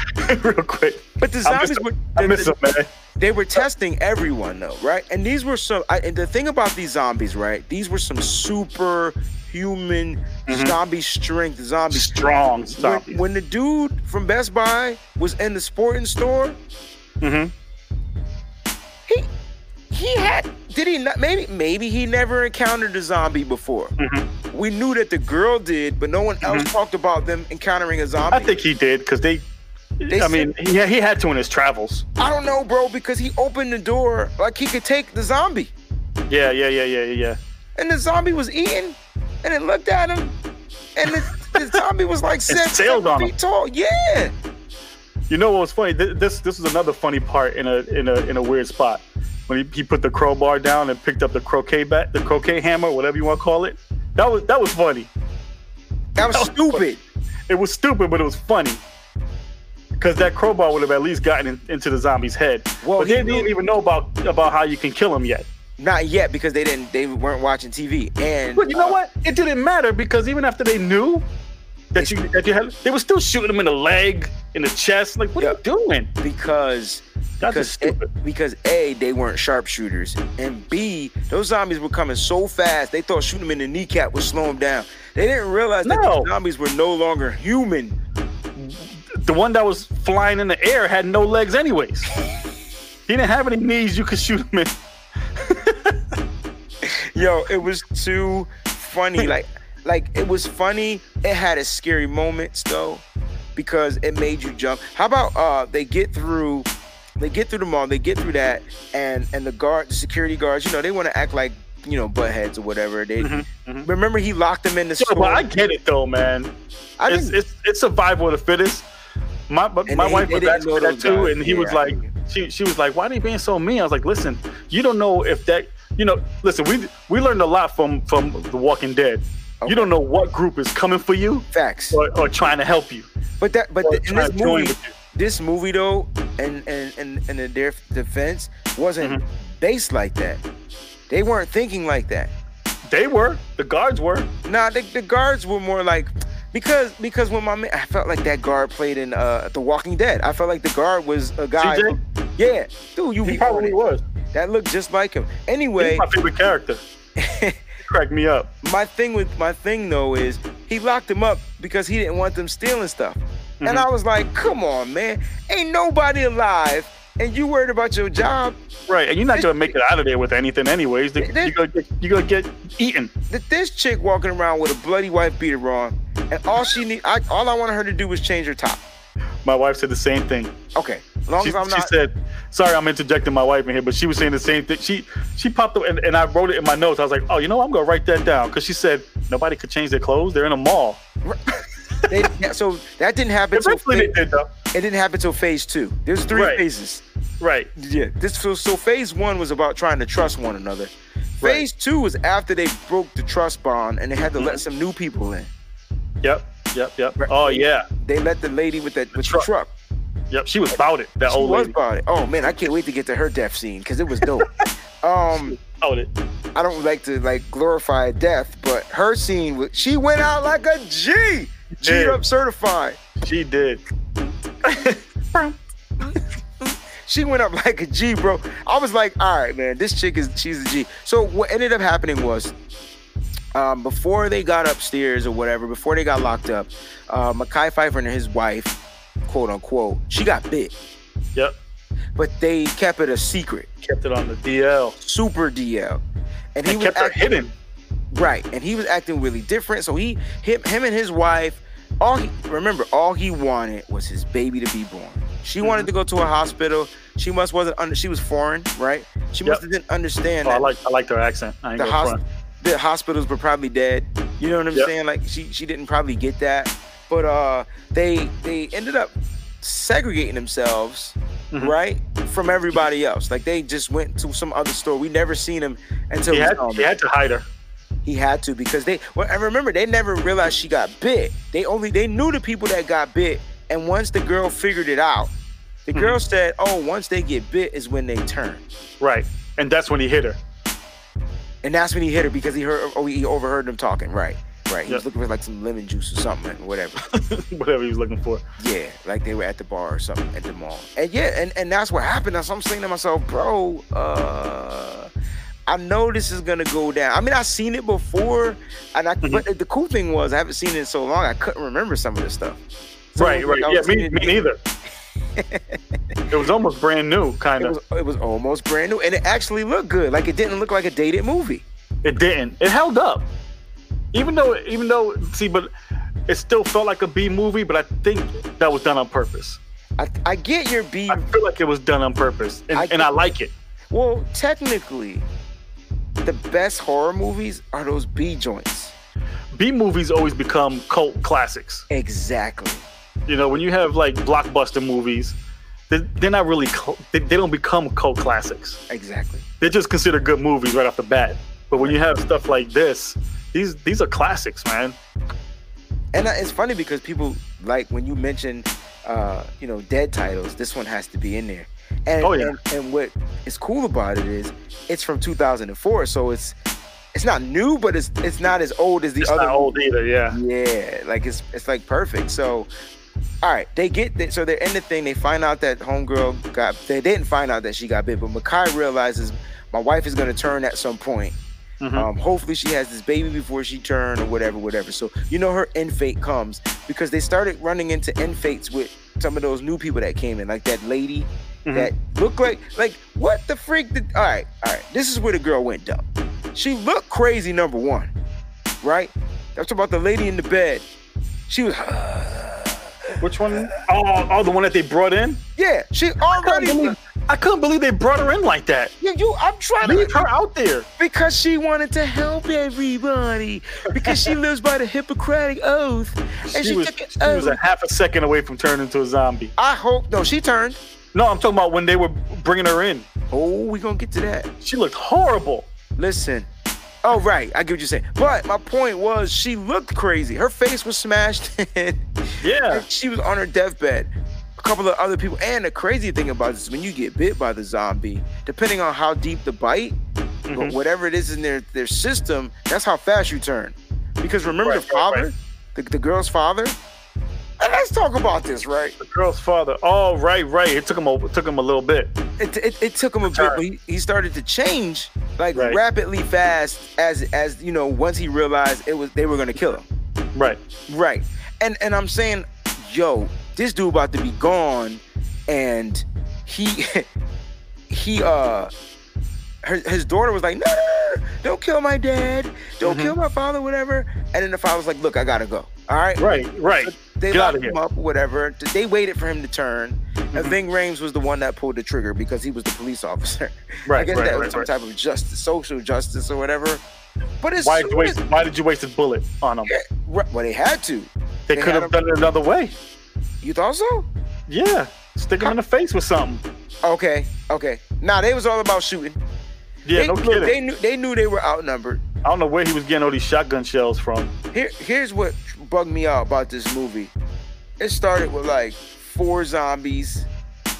Real quick.
But the
I
zombies
miss
were.
him. I miss him, man.
they were testing everyone though, right? And these were some. I, and the thing about these zombies, right? These were some super human
Mhm.
zombie strength zombies.
Strong
When,
zombies.
when the dude from Best Buy was in the sporting store,
Mhm.
he he had did he not maybe maybe he never encountered a zombie before.
Mhm.
We knew that the girl did, but no one else talked about them encountering a zombie.
Mm-hmm. I think he did because they.
They
I mean, yeah, he had to in his travels.
I don't know, bro, because he opened the door like he could take the zombie.
Yeah, yeah, yeah, yeah, yeah, yeah.
and the zombie was eating, and it looked at him, and the, the zombie was like six,
sailed
seven
on
feet
him.
tall. Yeah,
You know what was funny? Th- This this is another funny part in a in a in a weird spot when he, he put the crowbar down and picked up the croquet bat, the croquet hammer, whatever you want to call it. That was that was funny.
that was
That was
stupid.
It was stupid, but it was funny because that crowbar would have at least gotten in, into the zombie's head.
Well,
but they
he knew-
didn't even know about about how you can kill him yet.
Not yet because they didn't. They weren't watching TV, and
But you know
uh,
what? It didn't matter because even after they knew that you that you had, they were still shooting him in the leg, in the chest. Like, what are you doing?
Because
That's
because
just stupid.
A, because a they weren't sharpshooters, and b those zombies were coming so fast they thought shooting them in the kneecap would slow them down. They didn't realize that
No.
these zombies were no longer human.
the one that was flying in the air had no legs, anyways. he didn't have any knees. You could shoot him in.
Yo, it was too funny. Like, like it was funny. It had its scary moments though, because it made you jump. How about uh they get through they get through the mall, they get through that, and and the guard, the security guards, you know, they want to act like you know butt heads or whatever. They
mhm.
remember he locked them in the
Yo,
store.
but I get it though, man.
I
it's, it's it's survival of the fittest. My but
And
my
they-
wife
they
was
didn't
asking
know
me that
those
too,
guys.
and he
Yeah,
was
I
like,
hear
she she was like, why are you being so mean? I was like, listen, you don't know if that, you know, listen, we we learned a lot from from The Walking Dead.
Okay.
You don't know what group is coming for you
facts.
or, or trying to help you.
But that, but
Or
the, in
trying
this
to join
movie,
with you.
this movie though, and and and and in their defense wasn't
Mm-hmm.
based like that. They weren't thinking like that.
They were the guards were.
Nah, the, the guards were more like because because when my man, I felt like that guard played in uh The Walking Dead. I felt like the guard was a guy.
CJ?
from- yeah, dude, you
He
be on
probably
it.
was.
That looked just like him.
He's
Anyway,
my favorite character. Crack me up.
my thing with my thing though is he locked him up because he didn't want them stealing stuff. And
Mm-hmm.
I was like, come on, man, ain't nobody alive, and you worried about your job.
Right, and you're not gonna make it out of there with anything, anyways. They-
They-
You're gonna get, you're gonna get eaten.
that this chick walking around with a bloody wife beater on, and all she need, I, all I wanted her to do was change her top.
My wife said the same thing.
Okay, as long
She,
as I'm
she
not.
said, "Sorry, I'm interjecting my wife in here," but she was saying the same thing. She she popped up and, and I wrote it in my notes. I was like, "Oh, you know, what? I'm gonna write that down," because she said nobody could change their clothes. They're in a mall.
They, yeah, so that didn't happen. Till
Eventually,
phase,
they
it
did though.
didn't happen till phase two. There's three
Right.
phases.
Right,
Yeah. This so, so phase one was about trying to trust one another.
Right.
Phase two was after they broke the trust bond and they had to let
Mm-hmm.
some new people in.
yep, yep, yep.
Right.
Oh yeah,
They let the lady with that with the
truck.
truck.
Yep, she was about it. That
She
old
was
lady
about it. Oh man, I can't wait to get to her death scene because it was dope. um,
about it.
I don't like to like glorify death, but her scene was she went out like a G. G
Yeah.
up certified.
She did.
She went up like a G, bro. I was like, all right, man, this chick is she's a G. So what ended up happening was, um, before they got upstairs or whatever, before they got locked up, uh, Mackay Pfeiffer and his wife, quote unquote, she got bit,
Yep,
but they kept it a secret,
kept it on the DL.
super DL, and he
They
was
kept her
act-
hidden.
Right, and he was acting really different. So he, him, him and his wife, all he, remember, all he wanted was his baby to be born.
Mm-hmm.
She wanted to go to a hospital. She must wasn't under. She was foreign, right? She must have didn't understand
Oh, I
that
like I liked her accent. I ain't
the,
gonna
hos-
front.
the hospitals were probably dead. You know what I'm
Yep.
saying? Like she, she didn't probably get that. But uh, they they ended up segregating themselves,
Mhm.
right, from everybody else. Like they just went to some other store. We never seen him until
He
we
had,
saw him.
he had to hide her.
He had to because they. Well, I remember they never realized she got bit. They only they knew the people that got bit, and once the girl figured it out, the
Mhm.
girl said, "Oh, once they get bit is when they turn,"
Right, and that's when he hit her.
and that's when he hit her because he heard oh, he overheard them talking. Right, right. He was
Yeah.
looking for like some lemon juice or something, or whatever.
Whatever he was looking for.
yeah, like they were at the bar or something at the mall. And yeah, and and that's what happened. That's what I'm saying to myself, bro. Uh. I know this is gonna go down. I mean, I've seen it before, and I.
Mhm.
But the cool thing was, I haven't seen it in so long. I couldn't remember some of the stuff. Some
right,
of
right.
it I
Yeah,
was
me,
seeing-
me neither. it was almost brand new, kind
It was,
of.
it was almost brand new, and it actually looked good. Like it didn't look like a dated movie.
It didn't. It held up. Even though, even though, see, but it still felt like a B movie. But I think that was done on purpose.
I, I get your B.
I feel like it was done on purpose, and
I
I, and I like it.
Well, technically, the best horror movies are those B joints.
B movies always become cult classics.
Exactly.
You know, when you have like blockbuster movies, they- they're not really cult, they, they don't become cult classics.
Exactly.
They're just considered good movies right off the bat. But when you have stuff like this, these these are classics, man.
And I- it's funny because people like when you mention, uh, you know, dead titles. This one has to be in there. And,
Oh, yeah.
and and what is cool about it is it's from 2004, so it's it's not new, but it's it's not as old as the
It's
other.
not old either, yeah.
Yeah, like it's it's like perfect. So, all right, they get that. So they're in the thing. They find out that homegirl got. They didn't find out that she got bit, but Makai realizes my wife is gonna turn at some point.
Mhm.
Um, hopefully she has this baby before she turn or whatever, whatever. So you know her end fate comes because they started running into end fates with some of those new people that came in, like that lady
Mhm.
that looked like like what the freak did all right, all right. This is where the girl went dumb. She looked crazy, number one. Right? That's about the lady in the bed. She was
Which one? Oh, oh, the one that they brought in.
Yeah, she
I couldn't,
already
believe, I couldn't believe they brought her in like that.
yeah, you I'm trying to
Leave her out there.
because she wanted to help everybody. Because she lives by the Hippocratic Oath. And she,
She was,
took an
she was
oath.
a half a second away from turning into a zombie.
I hope no, she turned.
No, I'm talking about when they were bringing her in.
Oh, we gonna get to that.
She looked horrible.
Listen. Oh right, I get what you're saying. But my point was, she looked crazy. Her face was smashed, and
Yeah.
she was on her deathbed. A couple of other people. And the crazy thing about this, is when you get bit by the zombie, depending on how deep the bite, but
Mhm.
whatever it is in their their system, that's how fast you turn. Because remember
Right,
the
right,
father,
right.
The, the girl's father. And let's talk about this, right?
The girl's father. Oh, right, right. It took him a it took him a little bit.
it, it, it took him a bit,
Sorry.
but he, he started to change like
Right.
rapidly fast as as you know once he realized it was they were gonna kill him.
Right.
Right. And and I'm saying, yo, this dude about to be gone, and he he uh her, his daughter was like, no, no, no, no, don't kill my dad, don't
Mhm.
kill my father, whatever. And then the father was like, look, I gotta go. All right.
Right. Right.
They
Get outta
locked him
here.
up, whatever. They waited for him to turn. And
Mhm.
Ving Rames was the one that pulled the trigger because he was the police officer. I
Right.
guess
Right.
that was
Right.
some
right.
type of justice, social justice or whatever. But it's
Why did you waste Why did you waste a bullet on him?
well, they had to.
They
They
could
had
have done it another way.
You thought so?
Yeah. Stick him in the face with something.
Okay, okay. Nah, they was all about shooting.
Yeah.
they,
No
look,
kidding.
They knew they knew they were outnumbered.
I don't know where he was getting all these shotgun shells from.
Here, here's what bugged me out about this movie. It started with like four zombies,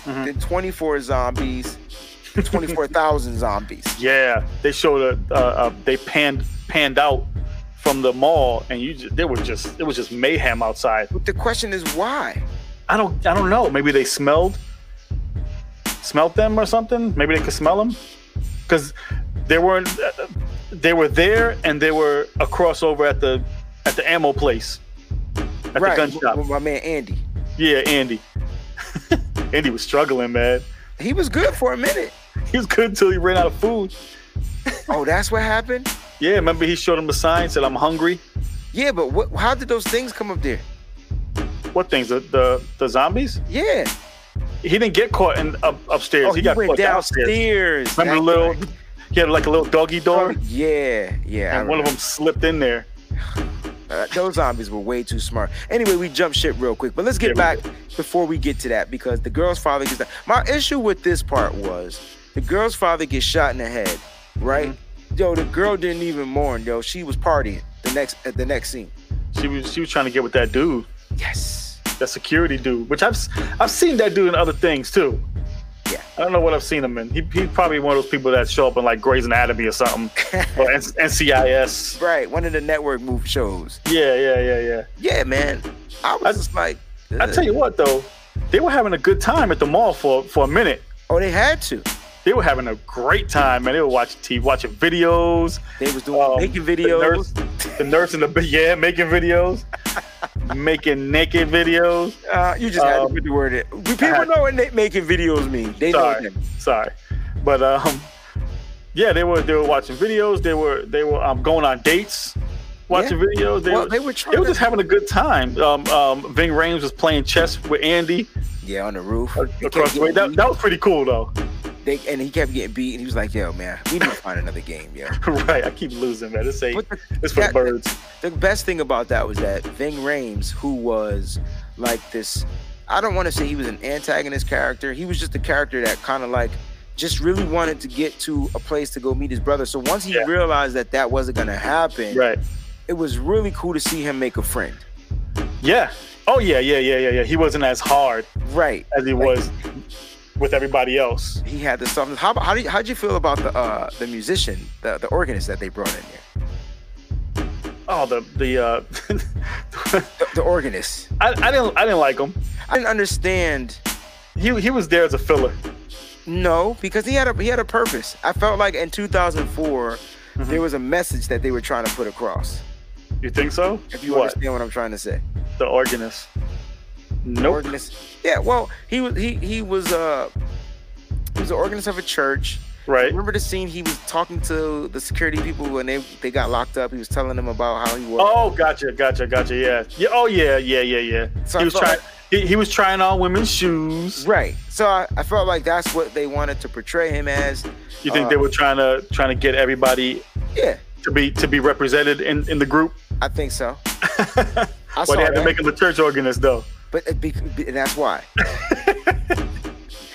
Mhm.
then 24 zombies, 24,000 zombies.
Yeah, they showed a, uh, uh, they panned panned out from the mall, and you just, they were just it was just mayhem outside.
But the question is why?
I don't I don't know. Maybe they smelled smelt them or something. Maybe they could smell them because they weren't uh, they were there and they were a crossover at the at the ammo place at
right.
the gun
with-
shop.
with my man Andy.
Yeah, Andy. Andy was struggling, man.
He was good for a minute.
He was good until he ran out of food.
Oh, that's what happened?
Yeah, remember he showed him the sign said I'm hungry.
Yeah, but what, how did those things come up there?
What things? The the, the zombies?
Yeah.
He didn't get caught in up, upstairs.
Oh,
he, got
went
caught downstairs.
downstairs.
Remember the
That's
little?
right.
He had like a little doggy door,
Oh, yeah, yeah. I
and one of
remember.
them slipped in there.
Uh, those zombies were way too smart. Anyway, we jump ship real quick, but let's get
Yeah,
back before we get to that because the girl's father gets. My issue with this part was the girl's father gets shot in the head, right?
Mm-hmm.
Yo, the girl didn't even mourn. Yo, she was partying the next at the next scene.
She was she was trying to get with that dude,
Yes,
that security dude, which I've s- I've seen that dude in other things too.
Yeah.
I don't know what I've seen him in. He, he's probably one of those people that show up in like Grey's Anatomy or something, or N- NCIS.
right. One of the network move shows.
Yeah, yeah, yeah, yeah.
Yeah, man. I was
I-
just like,
I tell you what though, they were having a good time at the mall for for a minute.
oh, they had to.
They were having a great time, man. They were watching TV, watching videos,
They was doing
Um,
making
The
videos.
nurse, the nurse in the yeah, making videos, making naked videos.
Uh, you just had to
Um,
put the word in. People
had-
know what na- making videos mean. They know
Sorry.
that.
Sorry, but um, yeah, they were they were watching videos. They were they were um going on dates, watching videos. They
well,
were
they were
they
trying
were
to
just having a good time. Um, um, Ving Rhames was playing chess with Andy
Yeah, on the roof. He
Uh, across
kept
the way.
getting
That, that was pretty cool though.
beat. They, and he kept getting beat, and he was like, "Yo, man, we need to find another game, yo."
right, I keep losing, man. This ain't
But the,
it's for
that-
the birds.
the best thing about that was that Ving Rhames, who was like this, I don't want to say he was an antagonist character. He was just a character that kind of like just really wanted to get to a place to go meet his brother. So once he
Yeah.
realized that that wasn't gonna happen,
Right.
it was really cool to see him make a friend.
Yeah. Oh yeah, yeah, yeah, yeah, yeah. He wasn't as hard
Right.
as he
Like-
was with everybody else.
He had the stuff. How how did how'd you feel about the uh, the musician, the the organist that they brought in there?
Oh, the the uh,
The, the organist.
I, I didn't I didn't like him.
I didn't understand
He he was there as a filler.
No, because he had a he had a purpose. I felt like in 2004
Mm-hmm.
there was a message that they were trying to put across.
You think so?
If you
what
understand what I'm trying to say.
the organist? Nope.
Organist. Yeah, well, he was he he was uh he was an organist of a church.
Right.
Remember the scene he was talking to the security people when they they got locked up. He was telling them about how he was.
Oh, gotcha, gotcha, gotcha. Yeah. Yeah. Oh, yeah, yeah, yeah, yeah.
So I
he was
felt
trying. He, he was trying on women's shoes.
Right. So I, I felt like that's what they wanted to portray him as.
You think
Uh,
they were trying to trying to get everybody
Yeah,
to be to be represented in in the group?
I think so. I saw
Well, they
that.
had to make him a church organist though.
but it be, be- that's why. and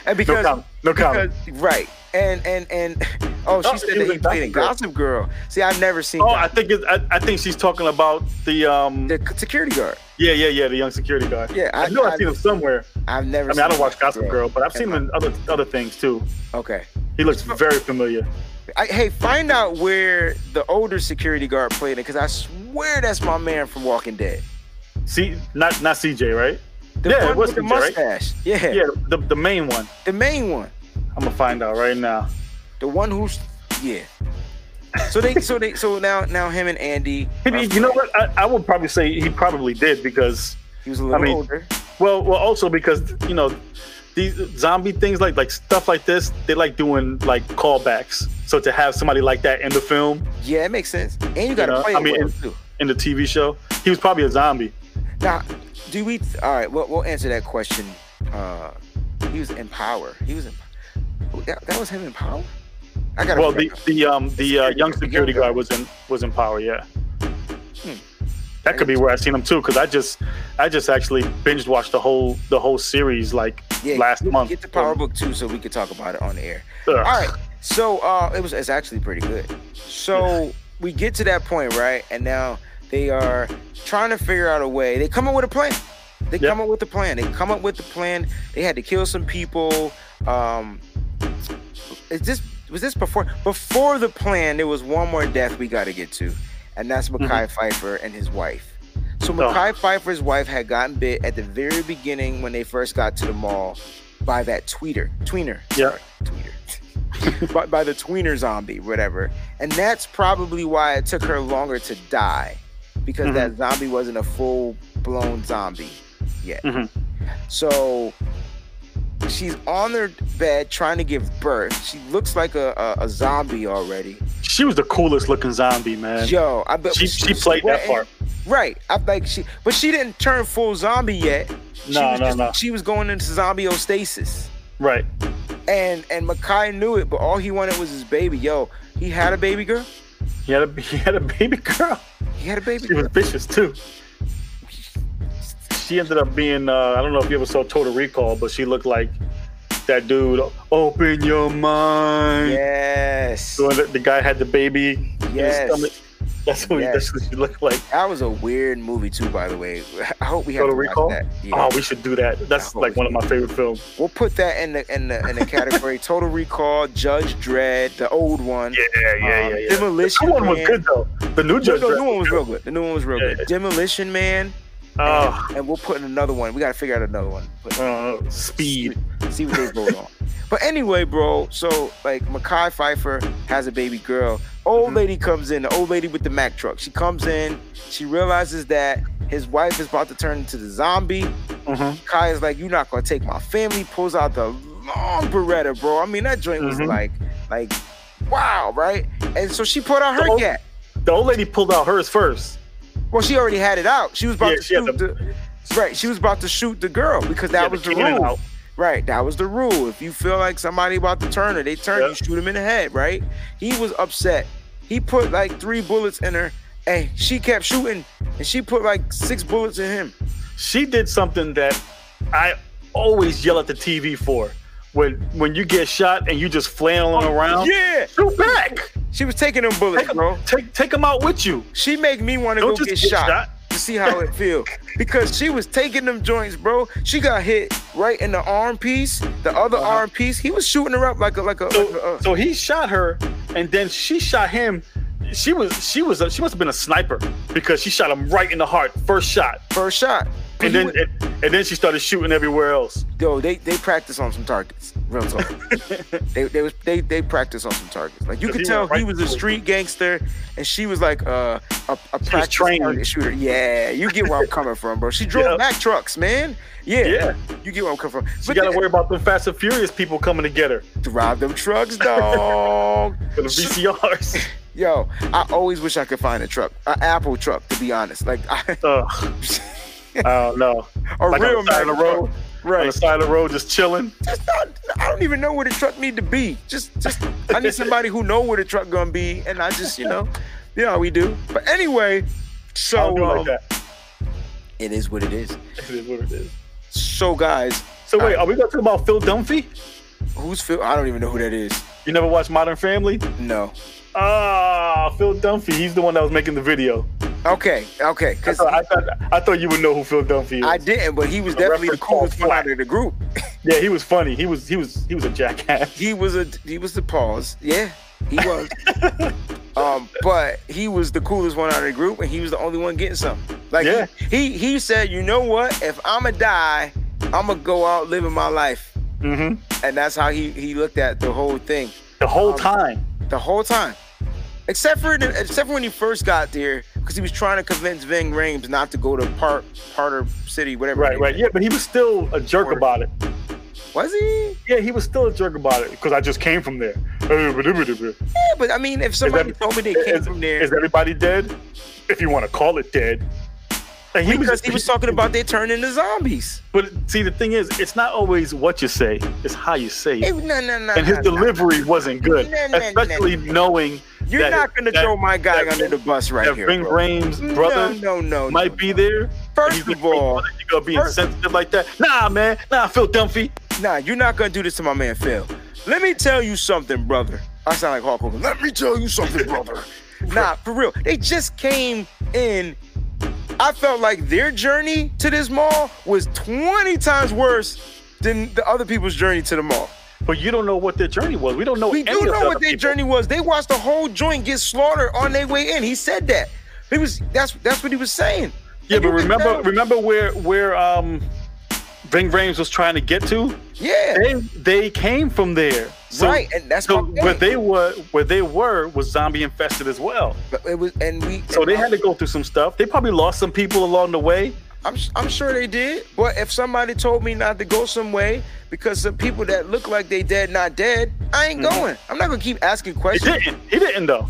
No
because
comment. No comment.
Because- right. And and and oh, she
Oh,
said
he
that
was
he
in
played in
Gossip
Gossip Girl. See, I've never seen
Oh, I
Gossip-
think it's, I, I think she's talking about the um.
the c- security guard.
Yeah, yeah, yeah. The young security guard.
Yeah,
I,
I-
know
I-
I've seen him somewhere.
I've never.
I mean, I don't watch
Gossip
Gossip Girl, but I've seen him in other other things too.
Okay.
He looks very familiar.
I, hey, find out where the older security guard played it, because I swear that's my man from Walking Dead.
See, not not CJ, right?
The
Yeah, it
one
was
with the
CJ, right?
mustache. Yeah,
Yeah, the, the main one.
the main one,
I'm gonna find out right now.
the one who's yeah. So they, so they, so now, now him and Andy. um,
He-
are
he- you know what? I, I would probably say he probably did because,
He was a little
I mean-
older.
well, well, also because you know, these zombie things like like stuff like this, they like doing like callbacks. So to have somebody like that in the film,
Yeah, it makes sense. And you got to
know,
play
I
it
mean,
well
and-
too.
in the TV show, he was probably a zombie.
Now, do we? All right, we'll, we'll answer that question. Uh, he was in power. He was in. who- That, that was him in power. I got.
Well, the the um the uh,
Security-
young
the
security
young guy.
guard was in was in power. Yeah. Hmm. That could be where I seen him too, because I just I just actually binge watched the whole the whole series like last
get,
month. uh,
Get the power book too, so we could talk about it on the air.
Ugh.
All right. So uh, it was. It's actually pretty good. So we get to that point, right? And now they are trying to figure out a way. They come up with a plan. They
Yep.
come up with a plan. They come up with a plan. They had to kill some people. Um, is this was this before before the plan? There was one more death we got to get to, and that's Mackay Pfeiffer and his wife. So
Mm-hmm. Oh.
Mackay Pfeiffer's wife had gotten bit at the very beginning when they first got to the mall by that tweeter, tweener,
Yeah.
sorry, tweeter, by, by the tweener zombie, whatever. And that's probably why it took her longer to die because
Mm-hmm.
that zombie wasn't a full blown zombie yet.
Mhm.
So she's on her bed trying to give birth. She looks like a, a, a zombie already.
She was the coolest looking zombie, man.
Yo, I bet
She, she played that part.
Right. I think she, but she didn't turn full zombie yet. She
No,
was
no,
just-
no.
She was going into zombiostasis.
Right.
And and Makai knew it, but all he wanted was his baby. Yo, he had a baby girl.
He had a he had a baby girl.
He had a baby
She
girl.
was vicious too. She ended up being uh, I don't know if you ever saw Total Recall, but she looked like that dude. Open your mind.
Yes.
So the, the guy had the baby
Yes.
in his stomach. That's what, he,
Yes.
that's what she looked like.
That was a weird movie too, by the way. I hope we have
Total
to watch
Recall?
that. Yeah.
Oh, we should do that. That's
Oh,
like one of
yeah.
my favorite films.
We'll put that in the in the in the category Total Recall, Judge Dredd, the old one.
Yeah, yeah,
Um,
yeah. yeah.
Demolition
The new one was
Man.
good though. The new
No,
Judge.
no,
Dredd
the new one was
good.
real good. The new one was real
Yeah, yeah.
good. Demolition Man,
Oh,
and we'll put in another one. We got to figure out another one. But
uh, speed.
see what they vote on. But anyway, bro. So like, Makai Pfeiffer has a baby girl. Old
Mhm.
lady comes in. The old lady with the Mack truck. She comes in. She realizes that his wife is about to turn into the zombie.
Mhm.
Kai is like, "You're not gonna take my family." Pulls out the long Beretta, bro. I mean, that joint was
Mhm.
like, like, wow, right? And so she put out her
Oh.
gat.
The old lady pulled out hers first.
Well, she already had it out. She was about
Yeah,
to
she had
shoot
the-
the. Right, she was about to shoot the girl because that
Yeah,
was the
cannon
rule.
out.
Right, that was the rule. If you feel like somebody about to turn her, they turn
Yeah.
you, shoot him in the head. Right? He was upset. He put like three bullets in her, and she kept shooting, and she put like six bullets in him.
She did something that I always yell at the TV for. When when you get shot and you just flailing around,
Oh, Yeah,
shoot back.
she was taking them bullets,
Take
bro.
them, take take 'em out with you.
She make me want to go
Don't
get,
just
shot, to see how it feel because she was taking them joints, bro. She got hit right in the arm piece, the other
Uh-huh.
arm piece. He was shooting her up like a like a. like a-
So,
uh,
so he shot her, and then she shot him. She was she was a, she must have been a sniper because she shot him right in the heart, first shot,
first shot.
and
He
then
went-
and, and then she started shooting everywhere else.
Yo, they they practice on some targets. Real talk. they they was they they practice on some targets. Like you could
He
tell
went right
he was a
to it.
street gangster, and she was like uh, a a practice
trained.
target shooter. Yeah, you get where I'm coming from, bro. She drove
Yeah.
Mack trucks, man. Yeah,
Yeah.
you get where I'm coming from.
She
But
got to
then-
worry about them Fast and Furious people coming to get her
drive them trucks, dog.
for the VCRs.
Yo, I always wish I could find a truck, an Apple truck, to be honest. Like I,
Ugh. I don't know.
a
Like
real
on the side of the
Mack
road,
truck.
on
right?
the side of the road, just chilling.
just not, I don't even know where the truck need to be. Just, just I need somebody who know where the truck gonna be, and I just, you know, you know how we do. But anyway,
I don't
so
do it
um,
like that.
it is what it is.
It is what it is.
So guys,
So wait, are we gonna talk about Phil Dunphy?
who's Phil? I don't even know who that is.
You never watched Modern Family?
No.
Ah, Phil Dunphy. He's the one that was making the video.
Okay, okay,
I
because
thought, I, thought, I thought you would know who Phil Dunphy is.
I didn't, but he was
The
definitely the
reference called
coolest one
Flat.
out of the group.
yeah, he was funny. He was he was he was a jackass.
He was a he was the pause. Yeah, he was. um, but he was the coolest one out of the group, and he was the only one getting something. Like
Yeah.
he, he he said, you know what? If I'ma die, I'ma go out living my life,
hmm
and that's how he he looked at the whole thing
The whole
Um,
time.
the whole time, except for the, except for when he first got there, because he was trying to convince Ving Rhames not to go to part Parter City, whatever.
Right, right. Yeah, but he was still a jerk
Word.
about it.
Was he?
Yeah, he was still a jerk about it because I just came from there. Is
Yeah, but I mean, if somebody
that-
told me they came
is-
from there,
everybody dead? If you want to call it dead. And
because he was talking about they turning into zombies.
But see, the thing is, it's not always what you say; it's how you say
Hey,
it.
no, no, no.
And his
no, no.
delivery wasn't good,
No, no, no,
especially
no.
knowing
You're
that-
not gonna
that-
throw my guy
that-
under the bus right
that
here.
Ving
bro.
Rhames' brother
no, no, no, no,
might be there. and he's
First
like,
of all,
you gonna be
first-
insensitive like that? Nah, man. Nah, Phil Dunphy.
nah, you're not gonna do this to my man Phil. Let me tell you something, brother. I sound like Hulk Hogan. Let me tell you something, brother. nah, for real. They just came in I felt like their journey to this mall was 20 times worse than the other people's journey to the mall.
But you don't know what their journey was. We don't know.
We
any
do
of the
know
other
what their
people.
journey was. They watched the whole joint get slaughtered on their way in. He said that. He was that's that's what he was saying.
Yeah,
And
but
you can
remember,
tell-
remember where where um, Ving Rhames was trying to get to.
yeah,
They they came from there. So,
right, and that's
So
so
where they were, where they were, was zombie infested as well.
it was, and we
So they had to go through some stuff. They probably lost some people along the way.
I'm, I'm sure they did. But if somebody told me not to go some way because some people that look like they dead not dead, I
Mm-hmm.
ain't going. I'm not gonna keep asking
He
questions.
didn't. He didn't though.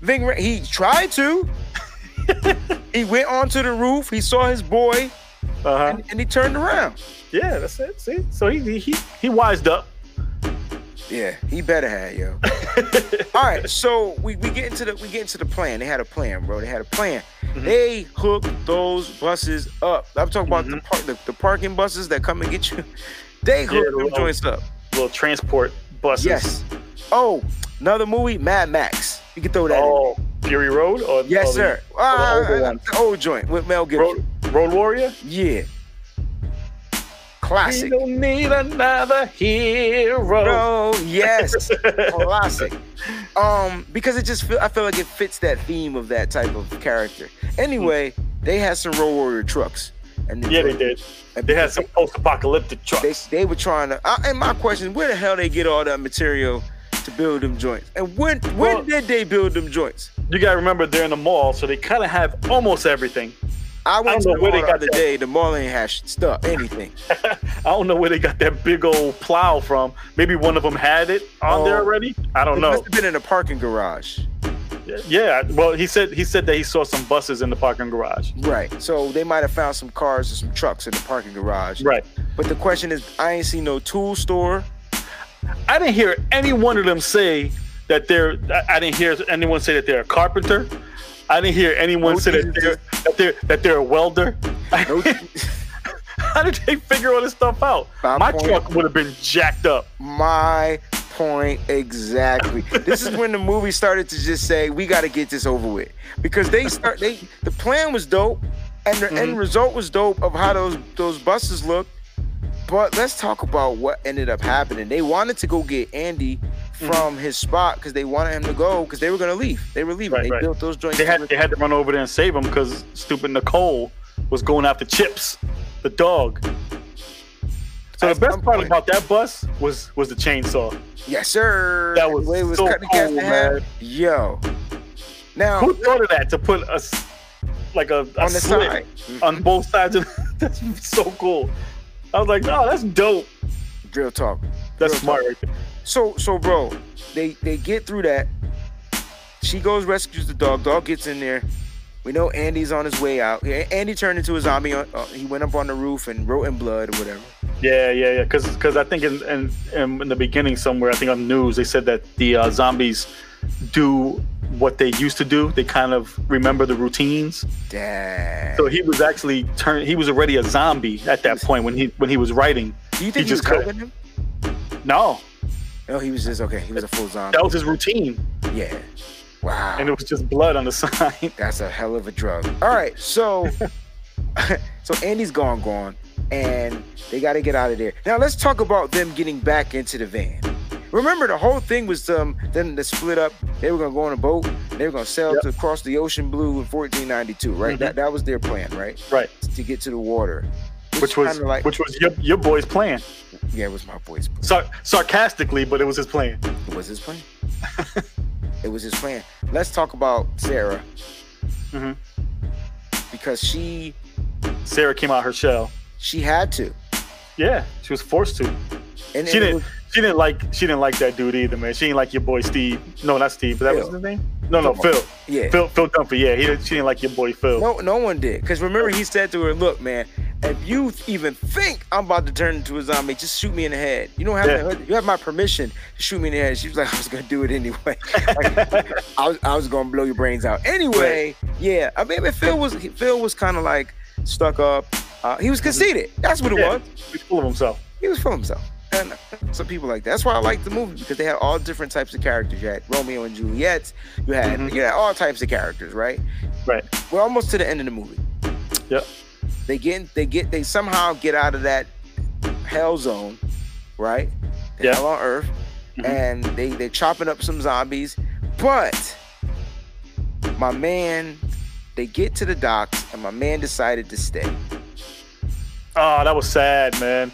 Ving, Ra- he tried to. he went onto the roof. He saw his boy,
Uh huh.
and, and he turned around.
Yeah, that's it. See, so he he he, he wised up.
Yeah, he better had yo. All right, so we, we get into the we get into the plan. They had a plan, bro. They had a plan.
Mm-hmm.
They hooked those buses up. I'm talking about
Mm-hmm.
the, par- the the parking buses that come and get you. They hooked
the
them
little-
joints up.
Little transport buses.
Yes. Oh, another movie, Mad Max. You can throw that in.
Oh, Fury Road or
there. Yes,
or the-
sir.
or the
Uh,
older
the,
one.
old joint with Mel Gibson.
Road, Road Warrior.
Yeah.
We
Classic.
don't need another hero.
Bro, yes. Classic. Um, because it just feel, I feel like it fits that theme of that type of character. Anyway, they had some Road Warrior trucks. And the
Yeah, they
truck-
did.
and
They had some post-apocalyptic
They,
trucks.
they were trying to. I, and my question: Where the hell they get all that material to build them joints? And when when
Well-
did they build them joints?
You gotta remember they're in the mall, so they kind of have almost everything.
I went
don't
to
know
the
where
mall
they
the
got
other
that.
day. The mall ain't had sh- stuff, anything.
I don't know where they got that big old plow from. Maybe one of them had it on
Oh.
there already. I don't
it
know.
must have been in a parking garage,
Yeah. Well, he said he said that he saw some buses in the parking garage.
right? So they might have found some cars or some trucks in the parking garage.
Right.
But the question is, I ain't seen no tool store.
I didn't hear any one of them say that they're. I- I didn't hear anyone say that they're a carpenter. I didn't hear anyone
No
say that
Jesus.
they're, that they're that they're a welder.
No,
How did they figure all this stuff out?
My
My
point-
truck would have been jacked up.
my point exactly. this is when the movie started to just say, "We got to get this over with," because they start. They the plan was dope, and the
Mm-hmm.
end result was dope of how those those buses looked. But let's talk about what ended up happening. They wanted to go get Andy
Mm-hmm.
from his spot because they wanted him to go because they were gonna leave. They were leaving.
Right,
they
right.
built those joints.
They had
to-
they had to run over there and save him because stupid Nicole was going after Chips, the dog. So
At
the best
some
part
point.
about that bus was was the chainsaw.
yes, sir.
That was
The way it was
so
cutting cast
cool,
in half.
man.
Yo, now
Who thought of that to put a s- like a, a
on the
slit
side,
on both sides? Of, that's so cool. I was like, oh, that's dope.
real talk.
That's
Real
smart. Right there.
So so bro, they they get through that. She goes rescues the dog. Dog gets in there. We know Andy's on his way out. Yeah, Andy turned into a zombie. On, uh, he went up on the roof and wrote in blood or whatever.
Yeah, yeah, yeah. Because I think in, in in in the beginning somewhere, I think on news they said that the uh, zombies do what they used to do. They kind of remember the routines.
Dang.
So he was actually turned. He was already a zombie at that point when he when he was writing.
Do you
he
think he, was
just cut it.
helping him?
No,
No, he was just okay. He was a full zombie.
that was his routine,
Yeah. Wow.
and it was just blood on the sign.
That's a hell of a drug. All right, so so Andy's gone, gone, and they got to get out of there. Now let's talk about them getting back into the van. Remember, the whole thing was um them to split up. They were gonna go on a boat. They were gonna sail
Yep.
to across the ocean blue in 1492, right?
Mhm.
That that was their plan, right?
Right,
To get to the water.
which was
kinda like
which was your your boy's plan.
yeah, it was my voice.
Sar- sarcastically, but it was his plan.
It was his plan. it was his plan. Let's talk about Sarah
Mhm.
because she
Sarah came out her shell.
she had to. And,
Yeah, she was forced to.
and
She
it
didn't.
was-
She didn't like. She didn't like that dude either, man. She didn't like your boy Steve. No, not Steve. But that was
Phil.
his name. No, no,
Come on.
Phil.
yeah.
Phil. Phil Dunphy. Yeah, he. didn't- She didn't like your boy Phil.
No, no one did. Because remember, he said to her, "Look, man, if you even think I'm about to turn into a zombie, just shoot me in the head. You don't have
Yeah.
to, you have my permission to shoot me in the head." She was like, "I was gonna do it anyway. Like, I was I was gonna blow your brains out anyway." Yeah, I mean, but Phil was Phil was kind of like stuck up. Uh, he was conceited. That's what it
Yeah.
was.
He's full of himself.
He was full of himself. And uh, some people like that. That's why I like the movie because they had all different types of characters. You had Romeo and Juliet. You had
Mhm.
you had all types of characters, right?
Right.
We're almost to the end of the movie.
Yep.
They get they get they somehow get out of that hell zone, right? The
Yeah.
Hell on earth,
Mhm.
and they they chopping up some zombies, but my man, they get to the docks, and my man decided to stay.
Oh, that was sad, man.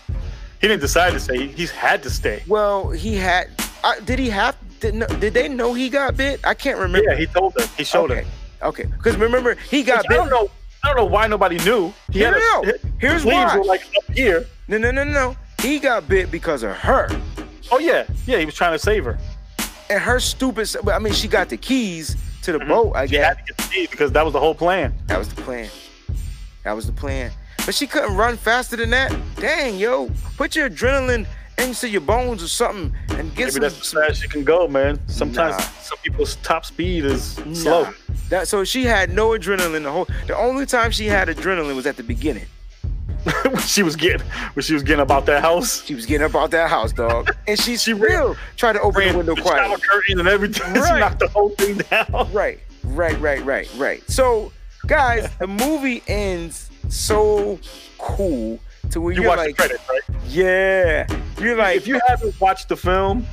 He didn't decide to stay. He, he's had to stay.
Well, he had. I, did he have? Did, no, did they know he got bit? I can't remember.
Yeah, he told them. He showed
okay.
them.
Okay, because remember he got
I
bit.
don't know. I don't know why nobody knew. He
No,
had
no,
a,
no.
his
Here's
sleeves
why.
were like up here.
No, no, no, no. He got bit because of her
Oh yeah, yeah. He was trying to save her.
and her stupid. s- I mean, she got the keys to the
Mhm.
boat. I
She
guess
had to get the keys because that was the whole plan.
that was the plan. That was the plan. But she couldn't run faster than that. Dang, yo, put your adrenaline into your bones or something and get
Maybe
some.
that's as
some-
fast as you can go, man. Sometimes
Nah.
some people's top speed is
Nah.
slow.
That, so she had no adrenaline the whole. The only time she had adrenaline was at the beginning.
when she was getting when she was getting about that house.
She was getting up out that house, dog, and she,
She
still tried to open
Ran
the window
through the shower
quietly.
curtain and everything.
Right.
She knocked the whole thing down.
Right, right, right, right, right. So, guys, the movie ends so cool to where
You
are
watch
like,
the credits, right?
yeah, you're like,
if you haven't watched the film,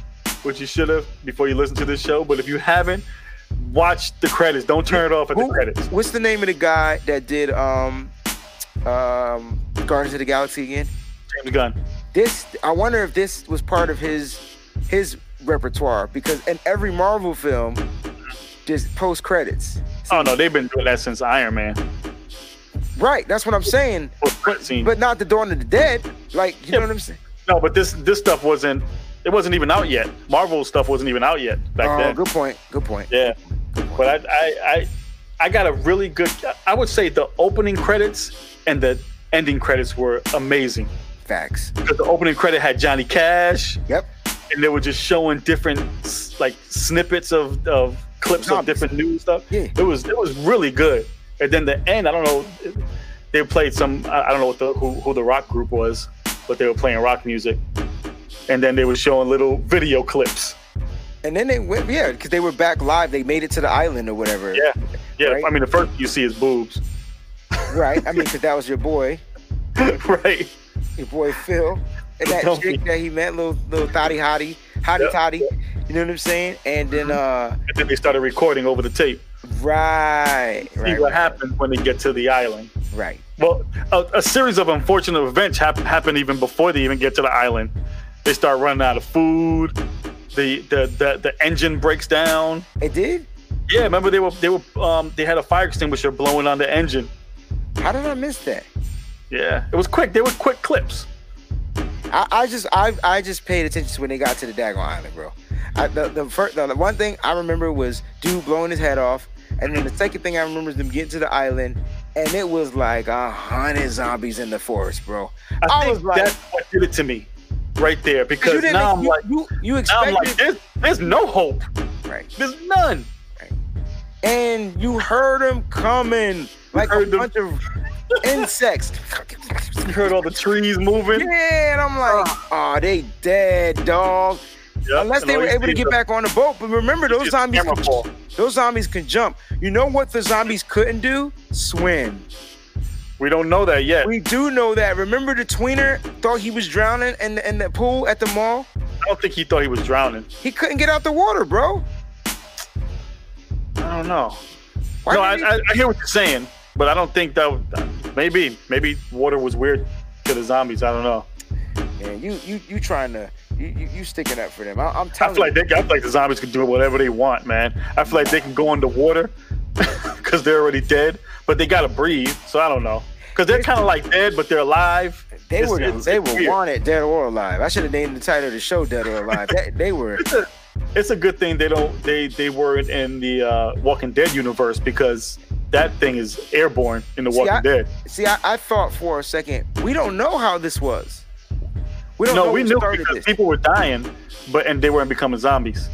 which you should have before you listen to this show, but if you haven't, watch the credits. Don't turn it off at
who-
the credits.
what's the name of the guy that did um, um, Guardians of the Galaxy again?
James Gunn.
This, I wonder if this was part of his his repertoire because in every Marvel film, there's post credits.
Oh no, they've been doing that since Iron Man.
Right, that's what I'm saying.
Post-credit scene.
But not the Dawn of the Dead. Like, you know
Yeah.
what I'm saying?
no, but this this stuff wasn't it wasn't even out yet. Marvel stuff wasn't even out yet back
oh,
then.
good point. Good point.
Yeah. But I, I I I got a really good I would say the opening credits and the ending credits were amazing.
Facts.
Because the opening credit had Johnny Cash
Yep.
and they were just showing different s- like snippets of, of clips of
Zombies.
different news stuff.
Yeah.
It was it was really good. And then the end, I don't know they played some I I don't know what the who, who the rock group was, but they were playing rock music. And then they were showing little video clips.
And then they went, yeah, because they were back live. They made it to the island or whatever.
Yeah. Yeah,
Right.
I mean the first you see is boobs.
Right. I mean, because that was your boy,
right.
your boy Phil, and that
Don't
chick
be-
that he met, little little thotty hottie, hottie
Yep.
toddy. You know what I'm saying? And then, uh,
and then they started recording over the tape.
right,
See
right,
what
right,
happened when they get to the island.
right.
Well, a, a series of unfortunate events hap- happened even before they even get to the island. They start running out of food. The the the, the engine breaks down.
It did.
Yeah, remember they were they were um, they had a fire extinguisher blowing on the engine.
How did I miss that?
Yeah, it was quick. They were quick clips.
I, I just I I just paid attention to when they got to the Dagon Island, bro. I, the the, first, the one thing I remember was dude blowing his head off, and then the second thing I remember is them getting to the island, and it was like a hundred zombies in the forest, bro.
I,
I
think
was like-
that's what did it to me, right there.
Because
Because now I'm
Oh, you,
like,
you, you
now I'm
expected
like, there's, there's no hope.
right,
There's none.
and you heard them coming like a
heard them-
bunch of insects.
You heard all the trees moving.
Yeah, and I'm like, oh, they dead, dog.
Yep,
Unless
and
they
all
were
you
able to
see is
get
the-
back on the boat, but remember those
just
zombies.
camera
Can,
fall.
those zombies can jump. You know what the zombies couldn't do? Swim.
We don't know that yet.
We do know that. Remember the tweener thought he was drowning in the, in the pool at the mall.
I don't think he thought he was drowning.
He couldn't get out the water, bro.
I don't know.
Why
no, I,
did he-
I, I hear what you're saying, but I don't think that. would- Maybe, maybe water was weird to the zombies. I don't know.
Man, you you you trying to you you, you sticking up for them? I, I'm
I
telling
feel like
you,
they, I feel like the zombies can do whatever they want, man. I feel like they can go underwater because they're already dead, but they gotta breathe. So I don't know because they're kind of like dead, but they're alive.
they
it's-
were
it's-
they
it's
were
weird.
wanted dead or alive. I should have named the title of the show "Dead or Alive." That- they were
It's a good thing they don't they they weren't in the uh, Walking Dead universe because that thing is airborne in the
See,
Walking
I-
Dead.
see. I, I thought for a second we don't know how this was. We don't know
No, we
who
knew
started
because
this.
people were dying, but and they weren't becoming zombies.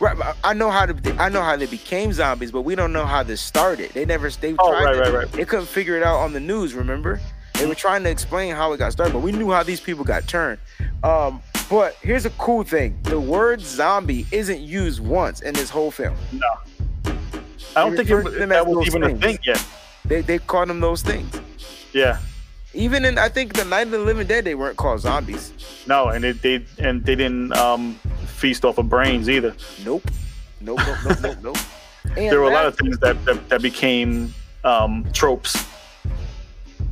Right, but I know how to, I know how they became zombies, but we don't know how this started. They never they
Oh,
tried
right,
to-
right, right.
they couldn't figure it out on the news. Remember, they were trying to explain how it got started, but we knew how these people got turned. Um, but here's a cool thing: the word zombie isn't used once in this whole film.
I don't think
refers to
it,
them as
that was
those
even a
things.
thing yet.
They they called them those things.
Yeah.
Even in I think the Night of the Living Dead, they weren't called zombies.
No, and it, they and they didn't um, feast off of brains either.
Nope. Nope. Nope. Nope. nope. Nope. And
there were a lot
that-
of things that that, that became um, tropes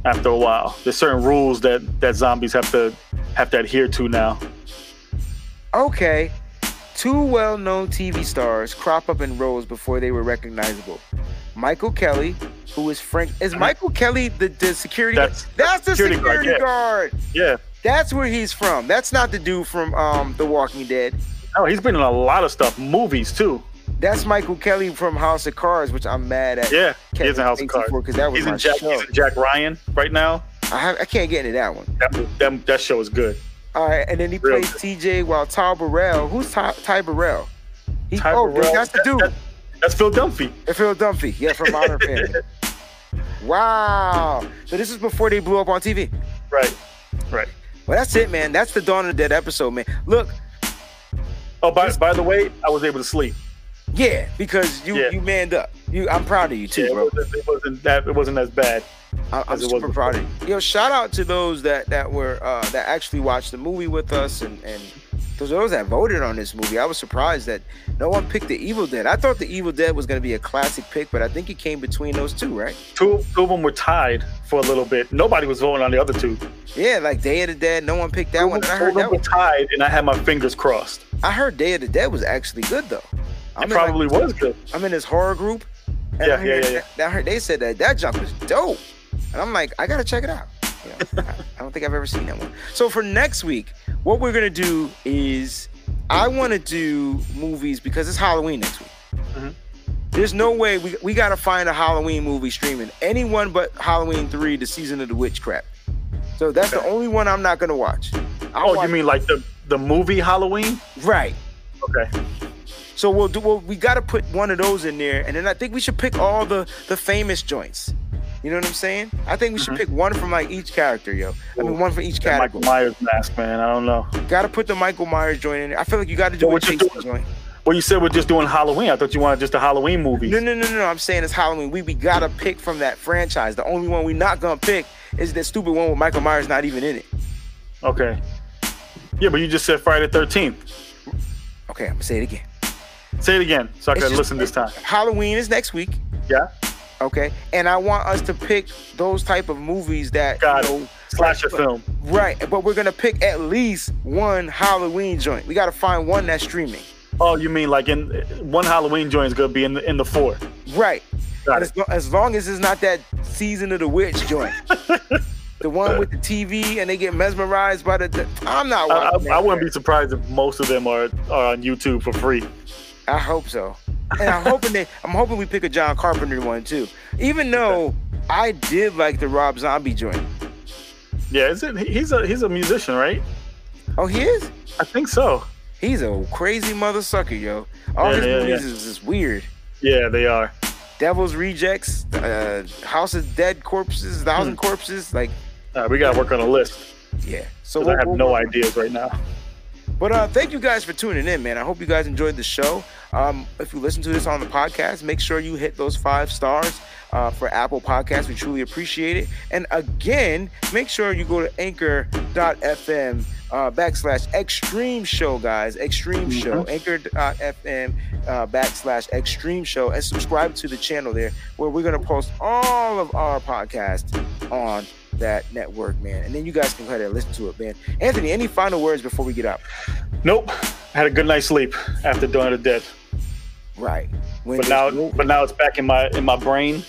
after a while. There's certain rules that that zombies have to have to adhere to now.
Okay. Two well known TV stars crop up in roles before they were recognizable. Michael Kelly, who is Frank. Is Michael Kelly the, the security
That's-
guard? That's the
security
security,
guard, yeah.
guard.
Yeah.
That's where he's from. That's not the dude from um, The Walking Dead.
Oh, he's been in a lot of stuff, movies too.
That's Michael Kelly from House of Cards, which I'm mad at.
Yeah, he
Kevin
is in House of
Spacey
Cards.
for, 'cause that was
He's
my
in, Jack,
show.
he's in Jack Ryan right now.
I, have, I can't get into that one.
That, that, that show is good.
All right, and then he
Real
plays TJ while Ty Burrell. Who's Ty, Ty Burrell? He,
Ty
oh,
Burrell.
that's the dude.
That- That's Phil Dunphy.
And Phil Dunphy, yeah, from Modern Family. Wow. So this is before they blew up on TV.
Right. Right.
Well, that's it, man. That's the Dawn of the Dead episode, man. Look,
Oh, by, by the way, I was able to sleep.
yeah, because you
Yeah.
you manned up. You, I'm proud of you too,
Yeah, it,
bro.
wasn't, it wasn't that. It wasn't as bad.
I, I'm
as it was
super proud of you. Yo, shout out to those that that were uh, that actually watched the movie with us and and those those that voted on this movie. I was surprised that no one picked the Evil Dead. I thought the Evil Dead was gonna be a classic pick, but I think it came between those two, right?
Two, two of them were tied for a little bit. Nobody was voting on the other two.
Yeah, like Day of the Dead. No one picked that one. And I
two
heard
of
that
them were
was
tied, and I had my fingers crossed.
I heard Day of the Dead was actually good though. I'm
It
in, like,
probably was good.
I'm in this horror group.
Yeah,
I heard
yeah, yeah,
that- I heard they said that that junk was dope, and I'm like, I gotta check it out. You know, I, I don't think I've ever seen that one. So for next week, what we're gonna do is I want to do movies because it's Halloween next week.
Mhm.
There's no way we we gotta find a Halloween movie streaming. Anyone but Halloween three, the season of the witch crap. So that's the
Okay.
only one I'm not gonna watch. I'll
Oh,
watch-
you mean like the the movie Halloween?
right?
Okay.
So we'll do. Well, we got to put one of those in there, and then I think we should pick all the the famous joints. You know what I'm saying? I think we should
Mhm.
pick one from like each character, yo. I mean, one from each
That Michael
category.
Myers mask, man. I don't know.
Got to put the Michael Myers joint in there. I feel like you got to do
Well,
a
what you
Jason
doing?
joint.
Well, you said we're just doing Halloween. I thought you wanted just a Halloween movie.
No, no, no, no, no. I'm saying it's Halloween. We we got to pick from that franchise. The only one we not gonna pick is that stupid one with Michael Myers not even in it.
Okay. Yeah, but you just said Friday Thirteenth.
Okay, I'm gonna say it again.
Say it again, so I
It's
can
just-
listen this time.
Halloween is next week.
Yeah.
Okay, and I want us to pick those type of movies that
Got
you know,
it. Slasher film.
Right, but we're gonna pick at least one Halloween joint. We gotta find one that's streaming.
Oh, you mean like in one Halloween joint is gonna be in the in the four?
Right.
Got it.
As, lo- as long as it's not that season of the witch joint. the one with the TV and they get mesmerized by the. the- I'm not.
I,
watching
I, I
that
wouldn't be
shit.
surprised if most of them are, are on YouTube for free.
I hope so. And I'm hoping they. I'm hoping we pick a John Carpenter one too. Even though I did like the Rob Zombie joint.
Yeah, is it, he's a he's a musician, right?
Oh, he is.
I think so.
He's a crazy mother sucker, yo. All
Yeah,
his
yeah,
movies
yeah.
is just weird.
Yeah, they are.
Devil's Rejects, uh, House of Dead Corpses, Thousand
Hmm.
Corpses, like
All right, we gotta work on a list
yeah. So
'cause
we'll-
I have
we'll-
no
we'll-
ideas right now.
But uh, thank you guys for tuning in, man. I hope you guys enjoyed the show. Um, if you listen to this on the podcast, make sure you hit those five stars uh, for Apple Podcasts. We truly appreciate it. And again, make sure you go to anchor.fm uh, backslash extreme show, guys. Extreme show. Anchor.fm uh, backslash extreme show and subscribe to the channel there where we're going to post all of our podcasts on that network, man. And then you guys can go ahead and listen to it, man. Anthony, any final words before we get out?
Nope. I had a good night's sleep after Dawn of the Dead,
Right. When
but
it's
now
new,
but now it's back in my in my brain.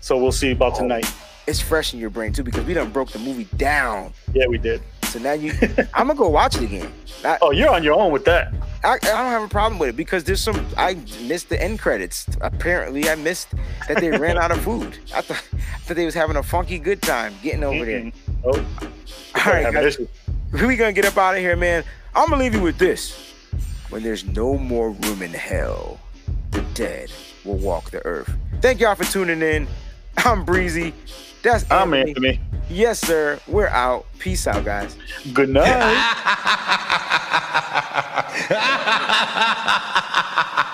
So we'll see about tonight.
it's fresh in your brain too because we done broke the movie down.
Yeah, we did.
So now you, I'm gonna go watch it again. I,
Oh, you're on your own with that.
I, I don't have a problem with it because there's some I missed the end credits. Apparently, I missed that they ran out of food. I thought, I thought they was having a funky good time getting over there.
Mm-mm. Oh,
All
I
right,
have an
guys,
issue.
we gonna get up out of here, man. I'm gonna leave you with this. When there's no more room in hell, the dead will walk the earth. Thank y'all for tuning in. I'm Breezy. That's
I'm
Anthony.
Anthony.
Yes, sir. We're out. Peace out, guys.
Good night.
Ha ha ha ha ha!